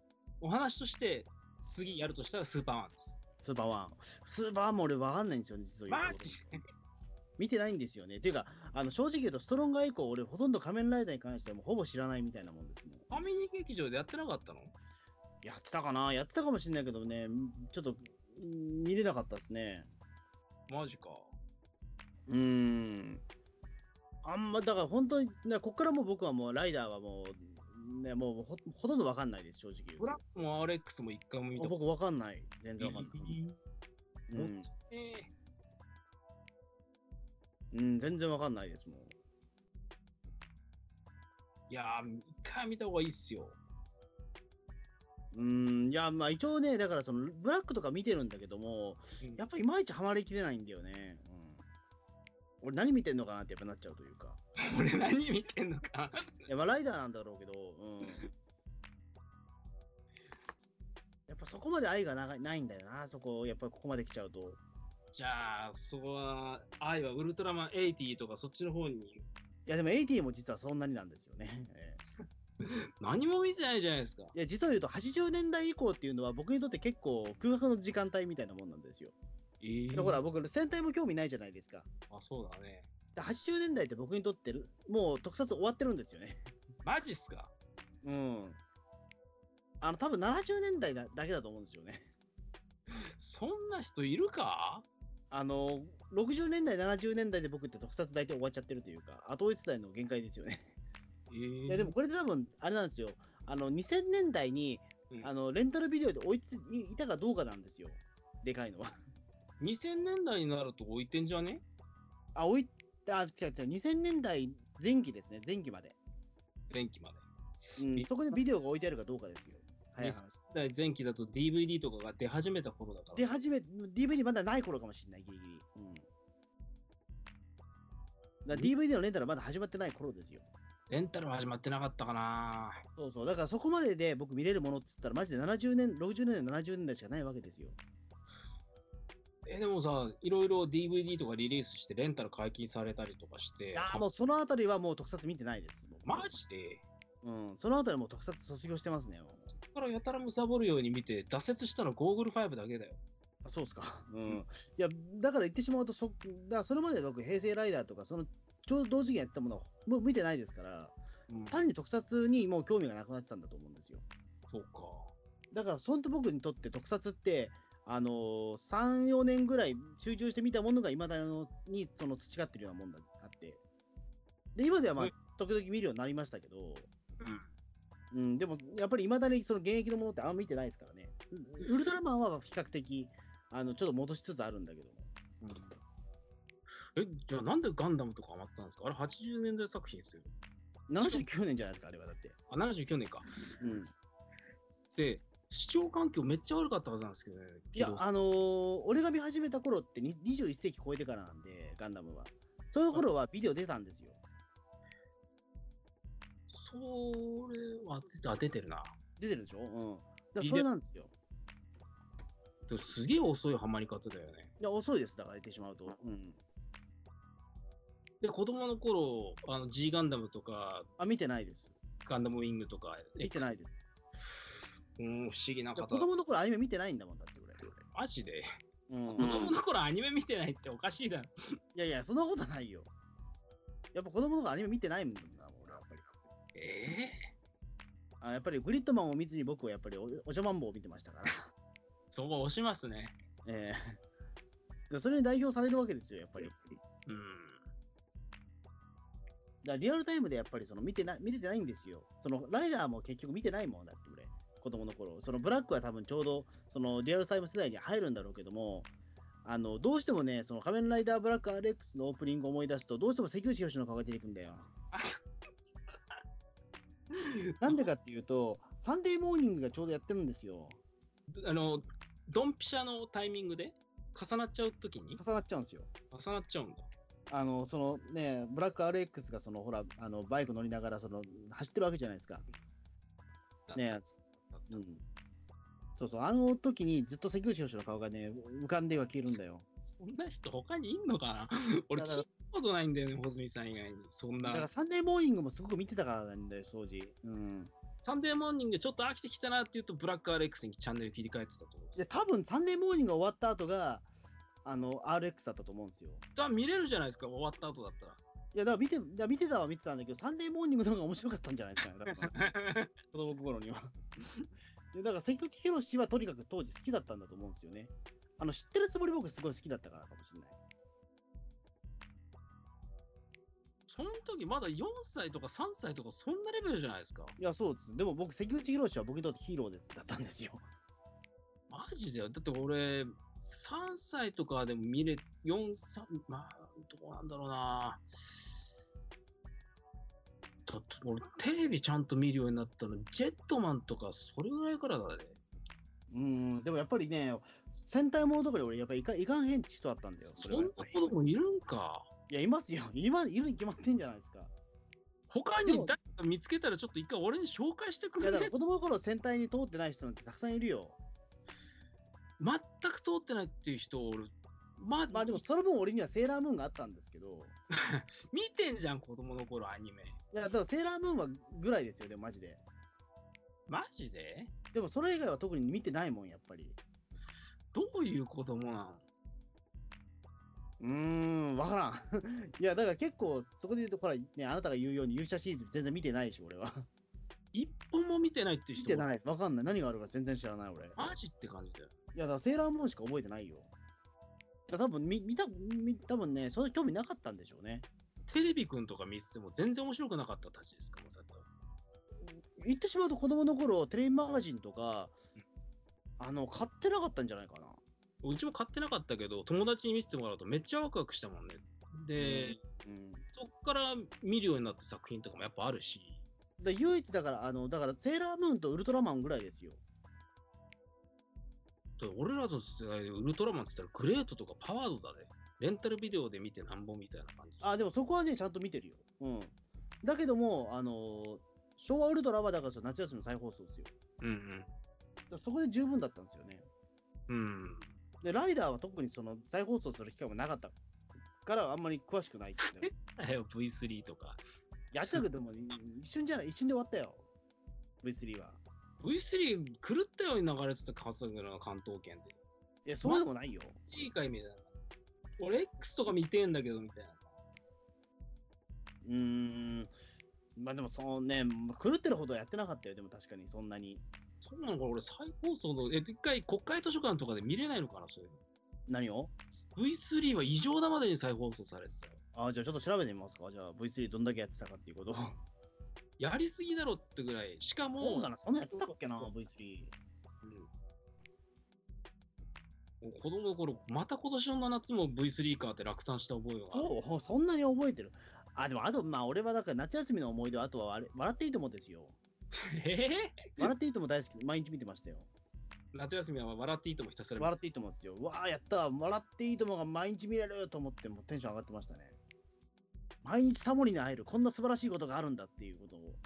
S3: お話として、次やるとしたらスーパーマンです。
S2: スーパーワン。スーパーワンも俺わかんないんですよね、実を言う
S3: マ
S2: と
S3: ジで
S2: 見てないんですよね。ていうか、あの正直言うと、ストロンガー以降、俺、ほとんど仮面ライダーに関してはもうほぼ知らないみたいなもんですね。
S3: ファミリー劇場でやってなかったの
S2: やってたかなやってたかもしれないけどね、ちょっとうん見れなかったですね。
S3: マジか。
S2: うーん。あんま、だから本当に、ね、こっからもう僕はもう、ライダーはもう、ね、もうほほとんどわかんないです、正直言うと。
S3: ブラックも RX も一回も見た
S2: あ
S3: こ
S2: 僕わかんない。全然わかんな。
S3: とないい。
S2: う
S3: も
S2: ん、
S3: えー
S2: うん、全然わかんないですもん。
S3: いやー、一回見た方がいいっすよ。
S2: うーん、いや、まあ一応ね、だからその、ブラックとか見てるんだけども、やっぱいまいちハマりきれないんだよね。うん、俺何見てんのかなってやっぱなっちゃうというか。
S3: 俺何見てんのか。
S2: いや、まあライダーなんだろうけど、 うん。やっぱそこまで愛が長いないんだよな、そこ、やっぱりここまで来ちゃうと。
S3: じゃあ、そこは、愛はウルトラマン80とかそっちの方に。
S2: いや、でも AT も実はそんなになんですよね。え
S3: 何も見てないじゃないですか。
S2: えいや、実を言うと、80年代以降っていうのは、僕にとって結構空白の時間帯みたいなもんなんですよ。
S3: えー
S2: だから僕、戦隊も興味ないじゃないですか。
S3: あ、そうだね。
S2: で80年代って僕にとって、もう特撮終わってるんですよね。
S3: マジっすか
S2: うん。あの、多分70年代だだけだと思うんですよね。
S3: そんな人いるか
S2: あの、60年代、70年代で僕って特撮大体終わっちゃってるというか、後追い世代の限界ですよね。
S3: えー
S2: いや、でもこれで多分、あれなんですよ。あの、2000年代に
S3: う、ん
S2: あの、レンタルビデオで置いていいたかどうかなんですよ。でかいのは。
S3: 2000年代になると置いてんじゃね
S2: あ、置いあ、違う違う、2000年代前期ですね、前期まで。
S3: 前期まで。
S2: うん、そこでビデオが置いてあるかどうかですよ。早い話。
S3: 代前期だと DVD とかが出始めた頃だから。
S2: で、初め、DVD まだない頃かもしれない、ギリギリ。うん。だから DVD のレンタルまだ始まってない頃ですよ。
S3: レンタル始まってなかったかな
S2: そうそう。だからそこまでで僕見れるものって言ったら、マジで70年、60年代、70年代しかないわけですよ。
S3: え、でもさ、いろいろ DVD とかリリースして、レンタル解禁されたりとかして。
S2: いやーもうそのあたりはもう特撮見てないです。僕
S3: マジで
S2: うん。そのあたりもう特撮卒業してますね。もう
S3: そこからやたらむさぼるように見て、挫折したの Google5 だけだよ。
S2: あそうですか。うん。いや、だから言ってしまうと、そ、だからそれまで僕、平成ライダーとか、その、ちょうど同時期にやってたものをもう見てないですから、単に特撮にもう興味がなくなってたんだと思うんですよ。
S3: そうか。
S2: だから、そんと僕にとって特撮って、あのー、3、4年ぐらい集中して見たものが未だにその培ってるようなもんだあって。で、今ではまあ
S3: うん、
S2: 時々見るようになりましたけど、
S3: うん。
S2: うん、でも、やっぱり未だにその現役のものってあんま見てないですからね。ウウルトラマンは比較的、あの、ちょっと戻しつつあるんだけども。
S3: え、じゃあなんでガンダムとかハマったんですかあれ80年代作品ですよ。
S2: 79年じゃないですか、あれはだって。
S3: あ、79年か。
S2: うん。
S3: で、視聴環境めっちゃ悪かったはずなんですけどね。
S2: いや
S3: け、ど
S2: あのー俺が見始めた頃ってに21世紀超えてからなんで、ガンダムは。その頃はビデオ出たんですよ。
S3: それは出てあ出てるな。
S2: 出てるでしょうん。だからそれなんですよ。
S3: でもすげえ遅いハマり方だよね。
S2: いや、遅いです、だから言ってしまうと。うん。
S3: で、子供の頃、あの G ガンダムとか、
S2: あ、見てないです。
S3: ガンダムウィングとか、。
S2: 見てないいです。
S3: うん、不思議な
S2: だ
S3: 方
S2: から子
S3: だ。
S2: 供の頃アニメ見てないんだもんだって、俺。
S3: マジで、
S2: うん。
S3: 子供の頃アニメ見てないっておかしいだろ。
S2: いやいや、そんなことないよ。やっぱ子供の頃アニメ見てないもんだもん、俺はやっぱり。
S3: ええ
S2: あやっぱりグリッドマンを見ずに僕はやっぱりおおじゃまんぼを見てましたから。
S3: そこ押しますね。
S2: ええでそれに代表されるわけですよ、やっぱり。だか
S3: うん。
S2: らリアルタイムでやっぱりその見てな見れてないんですよ。そのライダーも結局見てないもんだって俺、子供の頃。そのブラックは多分ちょうどそのリアルタイム世代に入るんだろうけども、あのどうしてもね、その仮面ライダーブラック RX のオープニングを思い出すと、どうしても関口宏の顔が出てくんだよ。なんでかっていうと、サンデーモーニングがちょうどやってるんですよ。
S3: あの、ドンピシャのタイミングで重なっちゃうときに
S2: 重なっちゃうんですよ。
S3: 重なっちゃうんだ。
S2: あの、そのね、ブラック RX がその、ほら、あの、バイク乗りながら、その、走ってるわけじゃないですか。ねうん。そうそう、あの時にずっと関口宏の顔がね、浮かんでは消えるんだよ。
S3: そんな人他にいんのかな俺
S2: だか
S3: 聞
S2: ら
S3: いたことないんだよね、穂積さん以外に。そん
S2: だから
S3: な。
S2: サンデーモーニングもすごく見てたからなんだよ、当時。うん。
S3: サンデーモーニングでちょっと飽きてきたなっていうと、ブラックアレックスにチャンネル切り替えてたと思う。
S2: で、多分サンデーモーニングが終わった後が、あの、RX だったと思うんですよ。
S3: じゃあ見れるじゃないですか、終わった後だっ
S2: いや、だから見て、だから見てたは見てたんだけど、サンデーモーニングの方が面白かったんじゃないですかね、だから
S3: た ら。
S2: 子供心には。でだから、関口宏はとにかく当時好きだったんだと思うんですよね。あの、知ってるつもり僕すごい好きだったからかもしれない。
S3: その時まだ4歳とか3歳とか、そんなレベルじゃないですか。
S2: いや、そうです。でも僕、関口宏は僕にとってヒーローでだったんですよ。
S3: マジでだって俺、3歳とかでも見れ、4、3、まあ、どうなんだろうな。だって俺、テレビちゃんと見るようになったの、ジェットマンとか、それぐらいからだね。
S2: うん、でもやっぱりね、戦隊ものとかで俺、やっぱりいかいかんへんって人だったんだよ。
S3: そ
S2: れ
S3: ん
S2: は
S3: な
S2: やっぱり
S3: 子供いるんか。
S2: いや、いますよ。今いるに決まってんじゃないですか。
S3: 他
S2: で
S3: に
S2: も
S3: 誰か見つけたら、ちょっと一回俺に紹介してく
S2: いや、
S3: れ
S2: だ
S3: な
S2: か
S3: い
S2: ら子供の頃戦隊に通ってない人なんてたくさんいるよ。
S3: 全く通ってないっていう人、俺、まあ、
S2: まあでも、その分俺にはセーラームーンがあったんですけど、
S3: 見てんじゃん、子供の頃アニメ。
S2: いや、だからセーラームーンはぐらいですよ、でもマジで。
S3: マジで
S2: でもそれ以外は特に見てないもん、やっぱり。
S3: どういう子供なの
S2: うーん、わからん。 いや、だから結構、そこで言うと、ほら、ね、あなたが言うように勇者シリーズ全然見てないし、俺は。
S3: 一本も見てないっていう
S2: 見
S3: 人
S2: てない。わかんない。何があるか全然知らない、俺。
S3: マジって感じだよ。
S2: いや、だからセーラームーンしか覚えてないよ。だから多分み見た、見多分ね、その興味なかったんでしょうね。
S3: テレビくんとか見てても全然面白くなかったたちですか、まさか。
S2: 言ってしまうと、子供の頃、テレビマガジンとか、あの、買ってなかったんじゃないかな。
S3: うちも買ってなかったけど、友達に見せてもらうとめっちゃワクワクしたもんね。で、
S2: うん。
S3: そっから見るようになった作品とかもやっぱあるし、
S2: だから唯一だから、あの、だから、セーラームーンとウルトラマンぐらいですよ。
S3: で俺らの世代でウルトラマンって言ったらグレートとかパワードだね。レンタルビデオで見てなんぼみたいな感じ。
S2: あ、でもそこはね、ちゃんと見てるよ。うん。だけども、あのー昭和ウルトラはだからその夏休みの再放送ですよ。
S3: うん
S2: だからそこで十分だったんですよね。
S3: うん。うん。
S2: で、ライダーは特にその再放送する機会もなかったから、あんまり詳しくないっていうね
S3: だよ V3 とか。
S2: やってたけども、一瞬じゃない、一瞬で終わったよ。V3 は。
S3: V3 狂ったように流れてた関西の関東圏で。
S2: いや、そうでもないよ。
S3: いいかいみたいな。俺 X とか見てんだけどみたいな。
S2: うーん。まあでも、そのね、狂ってるほどはやってなかったよ。でも確かに、そんなに。
S3: そうなのかな俺再放送の、え、でっかい国会図書館とかで見れないのかなそういう
S2: 何を
S3: の。V3 は異常なまでに再放送されてたよ。
S2: あ、じゃあちょっと調べてみますか。じゃあ V3 どんだけやってたかっていうことを。
S3: やりすぎだろってぐらい。しかも、
S2: そうだな、そんなやってたっけな、
S3: うん
S2: V3。
S3: もう子供の頃、また今年の夏も V3 かって落胆した覚えがある。
S2: そう、そんなに覚えてる。あ、でも、あと、まあ、俺はだから夏休みの思い出は、あとはあれ、笑っていいともですよ。
S3: え
S2: 笑っていいとも大好きで、毎日見てましたよ。
S3: ー 夏休みは笑っていいともひたすら見て
S2: 笑っていいともですよ。うわあ、やったー、笑っていいともが毎日見れると思って、もうテンション上がってましたね。毎日タモリに会える、こんな素晴らしいことがあるんだっていうことを。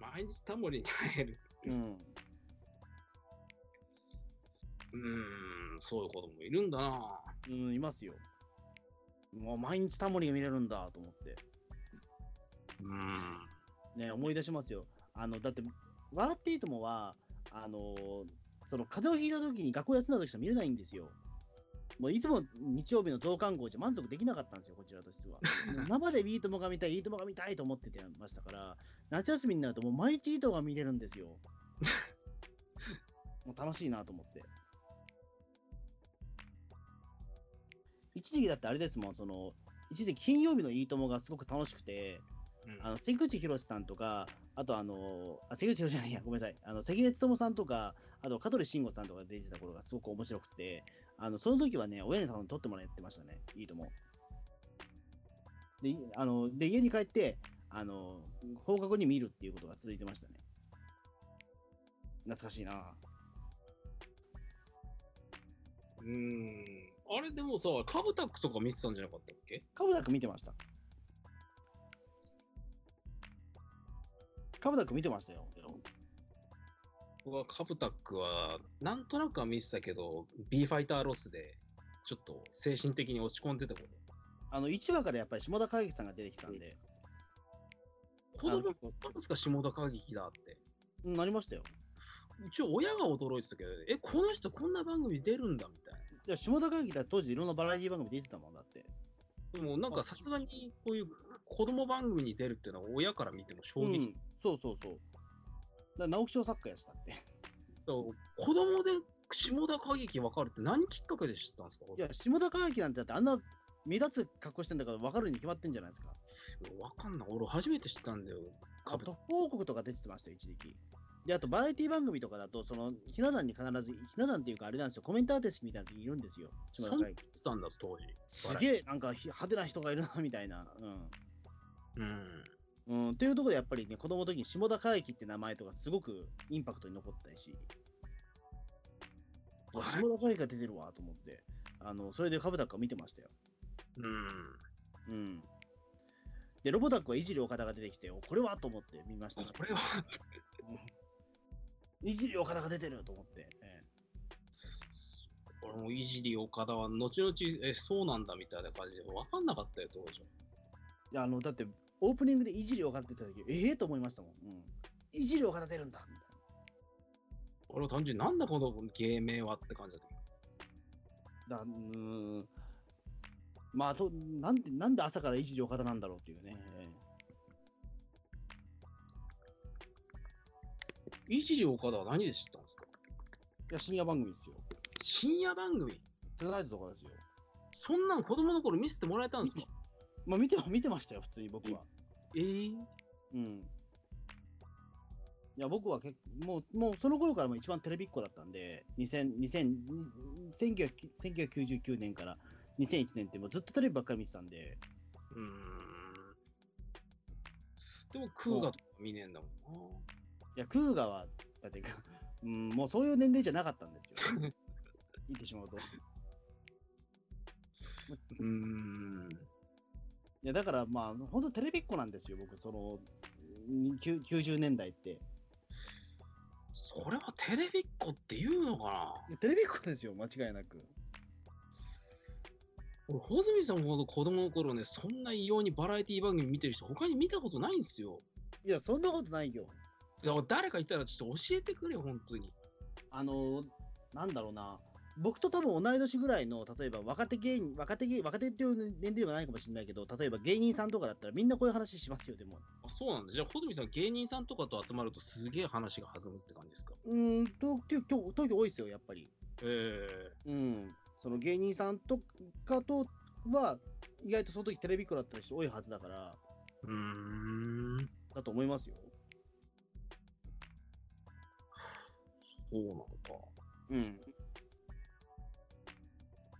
S3: 毎日タモリに会える。
S2: うん。
S3: うーん、そういう子供いるんだな
S2: うん、いますよ。もう毎日タモリが見れるんだと思って。
S3: うーん。
S2: ね、思い出しますよ。あの、だって、笑っていいともは、あのその、風邪をひいた時に学校休んだ時しか見れないんですよ。もういつも日曜日の増刊号じゃ満足できなかったんですよ、こちらとしては。生でいいともが見たい、いいともが見たいと思っててましたから、夏休みになるともう毎日いいともが見れるんですよ。もう楽しいなと思って。一時期だってあれですもん、その、一時期金曜日のいいともがすごく楽しくて、
S3: うん
S2: あの関口宏さんとか、あとあのあ、関口宏じゃないや、ごめんなさい、あの関根勤さんとか、あと香取慎吾さんとか出てた頃がすごく面白くて、あのその時はね、親に頼んで撮ってもらってましたね、いいとも。で、いあので家に帰ってあの、放課後に見るっていうことが続いてましたね。懐かしいな。
S3: うーん。あれでもさ、カブタックとか見てたんじゃなかったっけ
S2: カブダック見てました。カブダック見てましたよ。
S3: 僕はカブタックは、なんとなくは見てたけど、B ファイターロスで、ちょっと精神的に落ち込んでたこ
S2: あの1話からやっぱり下田景樹さんが出てきたんで、
S3: と。子供
S2: あの、
S3: なんですか、下田歌劇だって。
S2: うんなりましたよ。
S3: うち親が驚いてたけど、え、この人こんな番組出るんだみたいな。
S2: いや、下田会議だって当時いろんなバラエティ番組出てたもんだって。
S3: でもなんかさすがにこういう子供番組に出るっていうのは親から見ても衝
S2: う
S3: 撃
S2: ん。そうそうそう。だ直木賞作家やしたって。
S3: 子供で下田歌劇分かるって何きっかけで知ったんですか
S2: いや、下田会議なんてだってあんな目立つ格好してんだから分かるに決まってんじゃないですか。
S3: 分かんない。俺初めて知ったんだよ。
S2: あ
S3: かぶ
S2: と、報告とか出てましたよ、一時期。で、あと、バラエティ番組とかだと、その、ひな壇に必ず、ひな壇っていうか、あれなんですよ、コメンターデスクみたいなのいるんですよ、島田
S3: そんな
S2: 会
S3: に
S2: 議。
S3: てたんだ、当時。
S2: すげえ、なんか、ひ派手な人がいるな、みたいな。
S3: うん。
S2: うん。うん、っていうところで、やっぱりね、子供の時に下田会議って名前とか、すごくインパクトに残ったし、うわ
S3: はい
S2: 下田会議が出てるわ、と思って、あの、それで株高見てましたよ。う
S3: うん。
S2: ん。で、ロボダックはいじり岡田が出てきて、おこれはと思って見ました。
S3: これは、
S2: いじり岡田が出てると思って。え
S3: 俺もいじり岡田は、後々、え、そうなんだみたいな感じで、分かんなかったよ、当時。
S2: えいやあの、だって、オープニングでいじり岡田って言った時、ええと思いましたもん。うん。いじり岡田出るんだみたいな。
S3: 俺は単純になんだこの芸名はって感じだった。
S2: だうーん。まあ、となんで、なんで朝からいじり岡田なんだろうっていうね。ええ
S3: いじり岡田は何で知ったんですか
S2: いや、深夜番組ですよ。
S3: 深夜番組。
S2: テレサイズとかですよ。
S3: そんなの子供の頃見せてもらえたんですか
S2: まあ、見て、見てましたよ、普通に僕は。
S3: ええ
S2: うん。いや、僕は結構、もう、もうその頃からも一番テレビっ子だったんで、2000、2000、1900 1999年から2001年ってもうずっとテレビばっかり見てたんで、
S3: うーん。でも、空ガとか見ねえんだもんな。
S2: いや、クーガは、だって、 うん、もうそういう年齢じゃなかったんですよ。 言ってしまうと。
S3: うーん。
S2: いや、だからまあ、本当テレビっ子なんですよ、僕、その、うんきゅ90年代って。い
S3: それはテレビっ子って言うのかな
S2: やテレビっ子ですよ、間違いなく。
S3: 俺、穂積さんほど子供の頃ね、そんな異様にバラエティ番組見てる人、他に見たことないんですよ。
S2: いや、そんなことないよ。
S3: だから誰かいたらちょっと教えてくれよ、本当に。
S2: あのなんだろうな、僕と多分同い年ぐらいの、例えば若手芸人、若手芸若手っていう年齢ではないかもしれないけど、例えば芸人さんとかだったら、みんなこういう話しますよ、でも。
S3: あそうなんだ。じゃあ、穂積さん、芸人さんとかと集まるとすげえ話が弾むって感じですか
S2: うーん、東京、今日東京多いですよ、やっぱり。
S3: ええ
S2: うん、その芸人さんとかとは、意外とその時テレビっ子だった人多いはずだから、
S3: うーん。
S2: だと思いますよ。
S3: そうなのか。
S2: うん。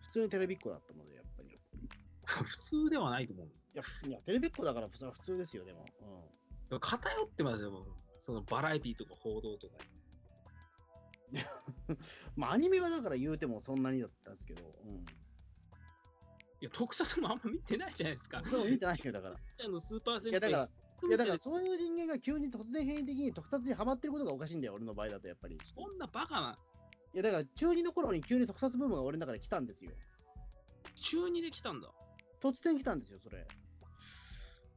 S2: 普通にテレビっ子だったので、やっぱり。い
S3: 普通ではないと思う。
S2: や、いやテレビっ子だから普通は普通ですよ、でも。うん
S3: でも偏ってますよ、僕そのバラエティとか報道とかに。
S2: まあ、アニメはだから言うてもそんなにだったんですけど、
S3: いや、特撮もあんま見てないじゃない ですか。
S2: うん。そう見てないよ、だから。
S3: あのスーパー戦
S2: いや、だから、いや、だから、そういう人間が急に突然変異的に特撮にハマってることがおかしいんだよ、俺の場合だと、やっぱり。
S3: そんなバカない
S2: や、だから、中二の頃に急に特撮ブームが俺の中で来たんですよ。
S3: 中二で来たんだ。
S2: 突然来たんですよ、それ。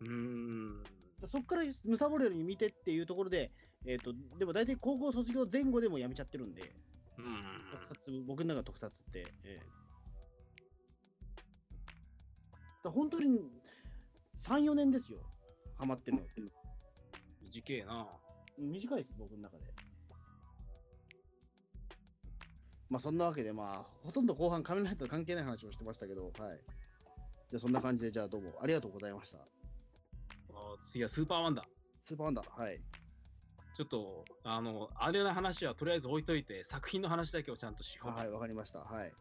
S3: うーん。
S2: そっから、むさぼるように見てっていうところで、えっ、と、でも大体高校卒業前後でもうやめちゃってるんで、
S3: うん。
S2: 特撮、僕の中の特撮って。ええだから本当に、3、4年ですよ、ハマってるのって。
S3: 短えな。
S2: 短いです、僕の中で。まあそんなわけで、まあ、ほとんど後半、仮面ライダーと関係ない話をしてましたけど、はい。じゃあそんな感じで、じゃあどうもありがとうございました。
S3: あ次はスーパーマンだ。
S2: スーパーワンダー、はい。
S3: ちょっと、あの、あれの話はとりあえず置いといて、作品の話だけをちゃんとしよう。
S2: はい、わかりました。はい。